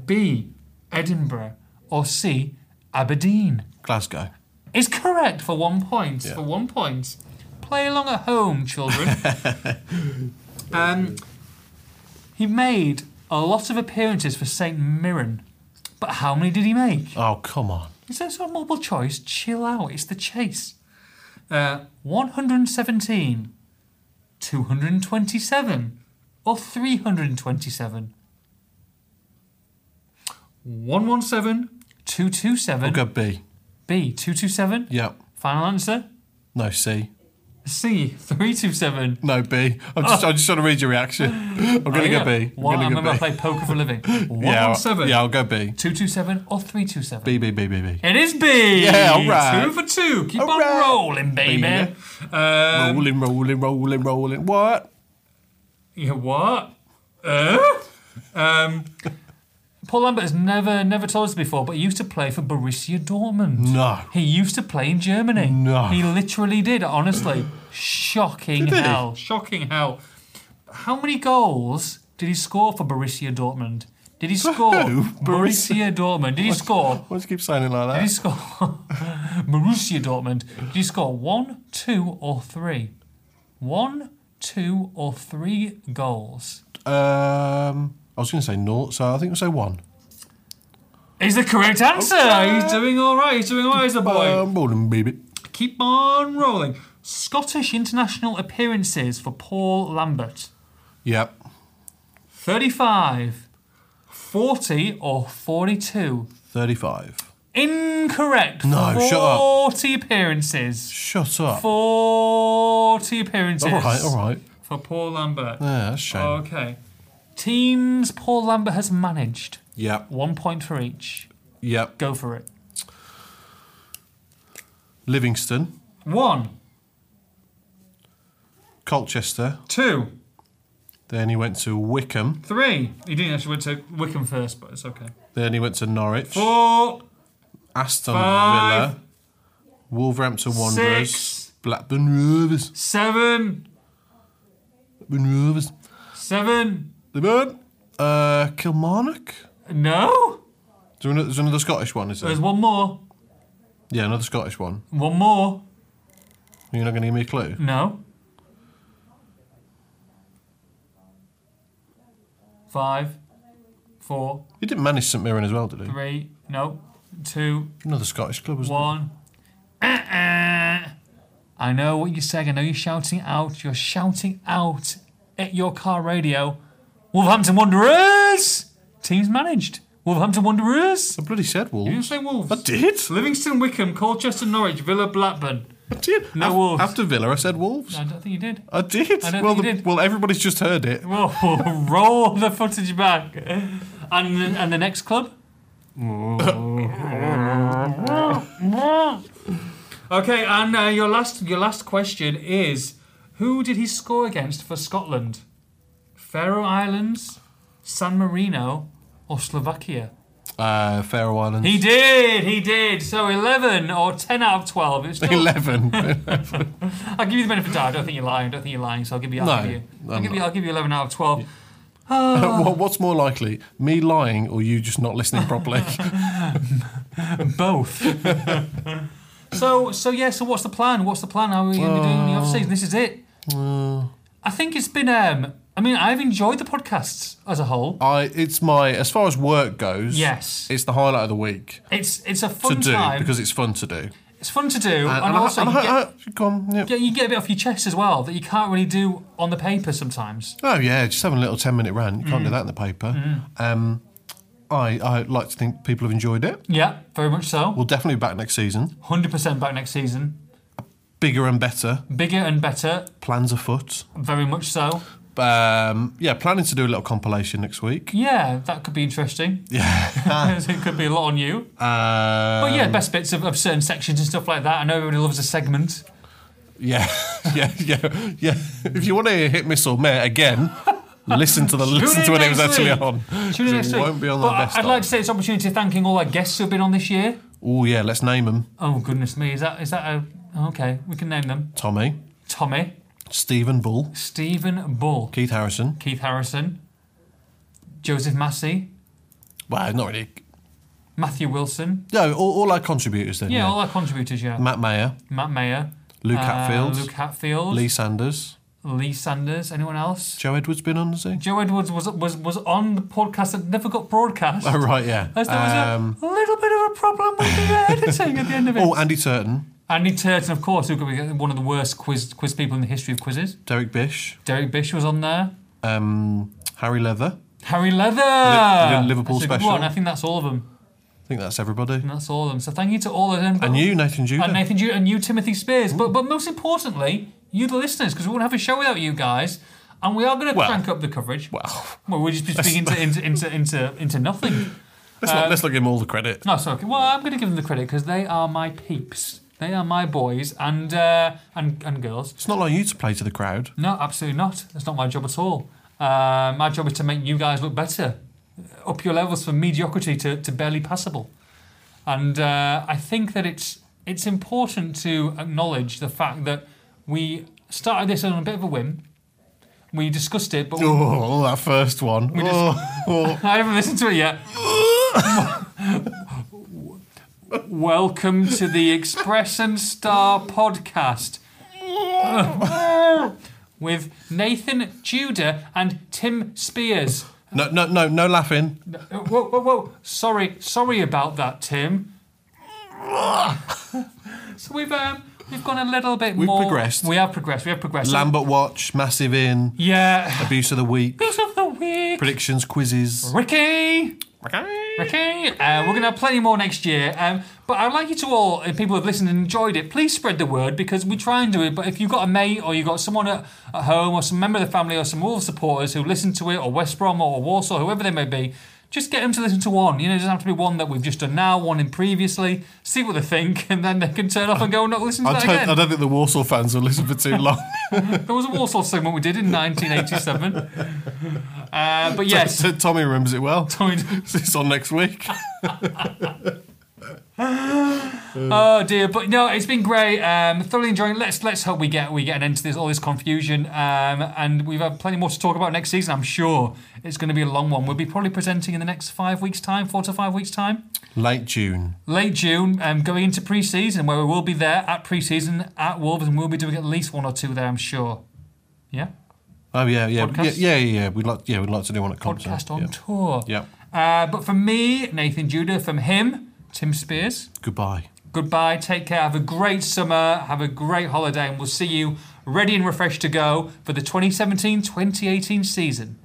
[SPEAKER 1] B. Edinburgh, or C. Aberdeen
[SPEAKER 2] Glasgow.
[SPEAKER 1] is correct for one point. For one point. Play along at home, children. um, he made a lot of appearances for St Mirren, but how many did he make?
[SPEAKER 2] Oh come on.
[SPEAKER 1] It's a sort of multiple choice. Chill out. It's the chase. Uh, 117, 227, or 327? 117, 227,
[SPEAKER 2] We'll go B.
[SPEAKER 1] B, 227,
[SPEAKER 2] Yep.
[SPEAKER 1] Final answer?
[SPEAKER 2] No C.
[SPEAKER 1] C, 327.
[SPEAKER 2] No B. I'm just. I'm just trying to read your reaction. I'm gonna
[SPEAKER 1] Oh, yeah.
[SPEAKER 2] go B. I'm
[SPEAKER 1] One, I
[SPEAKER 2] gonna
[SPEAKER 1] remember
[SPEAKER 2] go
[SPEAKER 1] I
[SPEAKER 2] B.
[SPEAKER 1] play poker for a living.
[SPEAKER 2] Yeah. I'll-
[SPEAKER 1] 117,
[SPEAKER 2] Yeah. I'll go B.
[SPEAKER 1] 227, or 327.
[SPEAKER 2] B B B B B.
[SPEAKER 1] It is B.
[SPEAKER 2] Yeah, all right.
[SPEAKER 1] Two for two. Keep
[SPEAKER 2] All
[SPEAKER 1] on
[SPEAKER 2] right.
[SPEAKER 1] rolling, baby.
[SPEAKER 2] Baby.
[SPEAKER 1] Um,
[SPEAKER 2] Rolling, rolling, rolling, rolling. What?
[SPEAKER 1] yeah, what? Uh? Um, Paul Lambert has never, never told us before, but he used to play for Borussia Dortmund.
[SPEAKER 2] No.
[SPEAKER 1] He used to play in Germany.
[SPEAKER 2] No.
[SPEAKER 1] He literally did, honestly. Shocking
[SPEAKER 2] Did he?
[SPEAKER 1] hell. Shocking hell. How many goals did he score for Borussia Dortmund? Did he score?
[SPEAKER 2] who?
[SPEAKER 1] Borussia Dortmund. Did he score?
[SPEAKER 2] Why do you keep saying it like
[SPEAKER 1] Did he
[SPEAKER 2] that?
[SPEAKER 1] score? Borussia Dortmund. Did he score one, two, or three? One, two, or three goals.
[SPEAKER 2] Um, I was going to say naught, so I think we'll say one.
[SPEAKER 1] Is the correct answer. He's doing all right. He's doing all right, as a boy.
[SPEAKER 2] Um, rolling, baby.
[SPEAKER 1] Keep on rolling. Scottish international appearances for Paul Lambert.
[SPEAKER 2] Yep.
[SPEAKER 1] 35, 40 or 42?
[SPEAKER 2] 35.
[SPEAKER 1] Incorrect.
[SPEAKER 2] No, shut up.
[SPEAKER 1] 40 appearances.
[SPEAKER 2] Shut up.
[SPEAKER 1] 40 appearances.
[SPEAKER 2] all right, all right.
[SPEAKER 1] For Paul Lambert.
[SPEAKER 2] Yeah, that's a shame.
[SPEAKER 1] Okay. Teams Paul Lambert has managed.
[SPEAKER 2] yep,
[SPEAKER 1] One point for each.
[SPEAKER 2] yep.
[SPEAKER 1] Go for it.
[SPEAKER 2] Livingston,
[SPEAKER 1] One,
[SPEAKER 2] Colchester.
[SPEAKER 1] two,
[SPEAKER 2] Then he went to Wickham.
[SPEAKER 1] three. You didn't actually went to Wickham first, but it's okay.
[SPEAKER 2] Then he went to Norwich.
[SPEAKER 1] Four,
[SPEAKER 2] Aston
[SPEAKER 1] Five.
[SPEAKER 2] Villa, Wolverhampton Wanderers,
[SPEAKER 1] Six.
[SPEAKER 2] Blackburn Rovers,
[SPEAKER 1] seven,
[SPEAKER 2] Blackburn Rovers,
[SPEAKER 1] seven.
[SPEAKER 2] the man, uh, Kilmarnock.
[SPEAKER 1] No?
[SPEAKER 2] Is there ano- There's another Scottish one, is there?
[SPEAKER 1] There's one more.
[SPEAKER 2] Yeah, another Scottish one.
[SPEAKER 1] One more.
[SPEAKER 2] You're not going to give me a clue.
[SPEAKER 1] No. Five, four,
[SPEAKER 2] You didn't manage St Mirren as well, did you?
[SPEAKER 1] three, no, two,
[SPEAKER 2] Another Scottish club, wasn't
[SPEAKER 1] one. Uh-uh. I know what you're saying. I know you're shouting out. You're shouting out at your car radio. Wolverhampton Wanderers! Teams managed. Wolverhampton Wanderers!
[SPEAKER 2] it? I bloody said Wolves.
[SPEAKER 1] You didn't say Wolves.
[SPEAKER 2] I did.
[SPEAKER 1] Livingston, Wickham, Colchester, Norwich, Villa, Blackburn.
[SPEAKER 2] I did.
[SPEAKER 1] No Wolves.
[SPEAKER 2] After Villa, I said Wolves.
[SPEAKER 1] I don't think you did.
[SPEAKER 2] I did.
[SPEAKER 1] I don't
[SPEAKER 2] well,
[SPEAKER 1] think
[SPEAKER 2] the,
[SPEAKER 1] you did.
[SPEAKER 2] well, everybody's just heard it.
[SPEAKER 1] Well, we'll roll the footage back. And the, and the next club? okay, and uh, your last your last question is who did he score against for Scotland? Faroe Islands, San Marino, or Slovakia?
[SPEAKER 2] Uh, Faroe Islands.
[SPEAKER 1] He did, he did. So 11 or 10 out of 12. It's still-
[SPEAKER 2] Eleven.
[SPEAKER 1] I'll give you the benefit of the doubt. I don't think you're lying. I don't think you're lying. So I'll give you. I'll,
[SPEAKER 2] No,
[SPEAKER 1] give, you, I'll,
[SPEAKER 2] I'm
[SPEAKER 1] give, you
[SPEAKER 2] not.
[SPEAKER 1] I'll give you 11 out of 12.
[SPEAKER 2] What- What's more likely, me lying or you just not listening properly?
[SPEAKER 1] Both. so so yeah. So what's the plan? What's the plan? How are we going to be doing in the off season? This is it. I think it's been. Um, I mean, I've enjoyed the podcasts as a whole.
[SPEAKER 2] I it's my as far as work goes.
[SPEAKER 1] Yes.
[SPEAKER 2] it's the highlight of the week
[SPEAKER 1] It's it's a
[SPEAKER 2] to
[SPEAKER 1] fun
[SPEAKER 2] do
[SPEAKER 1] time.
[SPEAKER 2] because it's fun to do. And,
[SPEAKER 1] it's fun to do, and,
[SPEAKER 2] and I-
[SPEAKER 1] also
[SPEAKER 2] and
[SPEAKER 1] you,
[SPEAKER 2] I-
[SPEAKER 1] get,
[SPEAKER 2] I- go on, yeah.
[SPEAKER 1] yeah, you get a bit off your chest as well that you can't really do on the paper sometimes.
[SPEAKER 2] Oh yeah, just having a little ten minute rant. You can't
[SPEAKER 1] Mm.
[SPEAKER 2] do that in the paper. Um, I I like to think people have enjoyed it.
[SPEAKER 1] Yeah, very much so.
[SPEAKER 2] We'll definitely be back next season,
[SPEAKER 1] Hundred percent back next season,
[SPEAKER 2] bigger and better.
[SPEAKER 1] bigger and better.
[SPEAKER 2] Plans afoot.
[SPEAKER 1] Very much so.
[SPEAKER 2] Um, yeah, planning to do a little compilation next week.
[SPEAKER 1] Yeah, that could be interesting. Yeah. it could be a lot on you.
[SPEAKER 2] Uh,
[SPEAKER 1] But yeah, best bits of, of certain sections and stuff like that. I know everybody loves a segment.
[SPEAKER 2] Yeah, yeah, yeah, yeah. If you want to hear hit miss or meh again, listen to the listen
[SPEAKER 1] in
[SPEAKER 2] to when it
[SPEAKER 1] next
[SPEAKER 2] was actually
[SPEAKER 1] week.
[SPEAKER 2] on.
[SPEAKER 1] Tune in
[SPEAKER 2] It
[SPEAKER 1] next week.
[SPEAKER 2] won't be on
[SPEAKER 1] But
[SPEAKER 2] the best.
[SPEAKER 1] I'd like to say this opportunity thanking all our guests who've been on this year.
[SPEAKER 2] Oh yeah, let's name them.
[SPEAKER 1] Oh goodness me, is that is that a okay? We can name them:
[SPEAKER 2] Tommy,
[SPEAKER 1] Tommy,
[SPEAKER 2] Stephen Bull,
[SPEAKER 1] Stephen Bull,
[SPEAKER 2] Keith Harrison.
[SPEAKER 1] Keith Harrison, Joseph Massey,
[SPEAKER 2] Well, not really.
[SPEAKER 1] Matthew Wilson.
[SPEAKER 2] No, all, all our contributors then.
[SPEAKER 1] Yeah,
[SPEAKER 2] Yeah.
[SPEAKER 1] all our contributors. Yeah,
[SPEAKER 2] Matt Mayer,
[SPEAKER 1] Matt Mayer,
[SPEAKER 2] Luke
[SPEAKER 1] uh,
[SPEAKER 2] Hatfield,
[SPEAKER 1] Luke Hatfield,
[SPEAKER 2] Lee Sanders,
[SPEAKER 1] Lee Sanders. Anyone else?
[SPEAKER 2] Joe Edwards been on, has he?
[SPEAKER 1] Joe Edwards was was was on the podcast that never got broadcast.
[SPEAKER 2] Oh right, yeah.
[SPEAKER 1] As there was
[SPEAKER 2] Um,
[SPEAKER 1] a little bit of a problem with the uh, editing at the end of it.
[SPEAKER 2] oh, Andy Turton,
[SPEAKER 1] Andy Turton, of course, who could be one of the worst quiz quiz people in the history of quizzes.
[SPEAKER 2] Derek Bish,
[SPEAKER 1] Derek Bish was on there.
[SPEAKER 2] um, Harry Leather.
[SPEAKER 1] Harry Leather.
[SPEAKER 2] Li- Li- Liverpool
[SPEAKER 1] That's a good
[SPEAKER 2] special.
[SPEAKER 1] One. I think that's all of them.
[SPEAKER 2] I think that's everybody.
[SPEAKER 1] And that's all of them. So thank you to all of them.
[SPEAKER 2] And you, Nathan Judah.
[SPEAKER 1] and Mm. Uh, Nathan Jew, and you, Timothy Spears. But but most importantly, you, the listeners, because we wouldn't have a show without you guys. And we are going to
[SPEAKER 2] Well-
[SPEAKER 1] crank up the coverage.
[SPEAKER 2] well,
[SPEAKER 1] Well, we'll just be speaking into, into, into, into, into nothing.
[SPEAKER 2] let's not let's not give him all the credit.
[SPEAKER 1] No, it's okay. Oh, Well, I'm going to give them the credit because they are my peeps. They are my boys and uh, and and girls.
[SPEAKER 2] It's not like you to play to the crowd.
[SPEAKER 1] No, absolutely not. That's not my job at all. Uh, my job is to make you guys look better, uh, up your levels from mediocrity to, to barely passable. And uh, I think that it's it's important to acknowledge the fact that we started this on a bit of a whim. We discussed it, but we,
[SPEAKER 2] Oh, that first one. Oh, oh.
[SPEAKER 1] I haven't listened to it yet. Welcome to the Express and Star podcast with Nathan Judah and Tim Spears.
[SPEAKER 2] No, no, no, no laughing.
[SPEAKER 1] Uh, Whoa, whoa, whoa! Sorry, sorry about that, Tim. so we've um, we've gone a little bit
[SPEAKER 2] We've
[SPEAKER 1] more.
[SPEAKER 2] progressed.
[SPEAKER 1] We have progressed. We have progressed.
[SPEAKER 2] Lambert Watch, Massive In,
[SPEAKER 1] yeah.
[SPEAKER 2] Abuse of the Week,
[SPEAKER 1] Piece of the week.
[SPEAKER 2] Predictions, Quizzes.
[SPEAKER 1] Ricky.
[SPEAKER 2] Okay.
[SPEAKER 1] Okay, uh, we're going to have plenty more next year. Um, but I'd like you to all, if people have listened and enjoyed it, please spread the word because we try and do it. But if you've got a mate or you've got someone at, at home or some member of the family or some Wolves supporters who listen to it or West Brom or Warsaw, whoever they may be, just get them to listen to one. You know, it doesn't have to be one that we've just done now, one in previously. See what they think, and then they can turn off and go and not listen to
[SPEAKER 2] I
[SPEAKER 1] that
[SPEAKER 2] don't, I
[SPEAKER 1] again.
[SPEAKER 2] don't think the Warsaw fans will listen for too long.
[SPEAKER 1] There was a Warsaw segment we did in 1987. Uh, but yes.
[SPEAKER 2] Tommy remembers it well.
[SPEAKER 1] Tommy-
[SPEAKER 2] It's on next week.
[SPEAKER 1] Oh dear, but no, it's been great. Um, thoroughly enjoying. Let's let's hope we get we get an end to this all this confusion. Um, and we've had plenty more to talk about next season. I'm sure it's going to be a long one. We'll be probably presenting in the next five weeks' time, four to five weeks' time,
[SPEAKER 2] Late June.
[SPEAKER 1] late June, um, going into pre-season where we will be there at pre-season at Wolves, and we'll be doing at least one or two there. I'm sure. Yeah,
[SPEAKER 2] Oh yeah, yeah, yeah,
[SPEAKER 1] Podcast?
[SPEAKER 2] yeah, yeah, yeah. We'd like, yeah, we'd like to do one at Compton.
[SPEAKER 1] podcast on
[SPEAKER 2] Yeah.
[SPEAKER 1] tour.
[SPEAKER 2] Yeah.
[SPEAKER 1] Uh, but from me, Nathan Judah. From him, Tim Spears.
[SPEAKER 2] Goodbye.
[SPEAKER 1] goodbye. Take care. Have a great summer. Have a great holiday. And we'll see you ready and refreshed to go for the 2017 2018 season.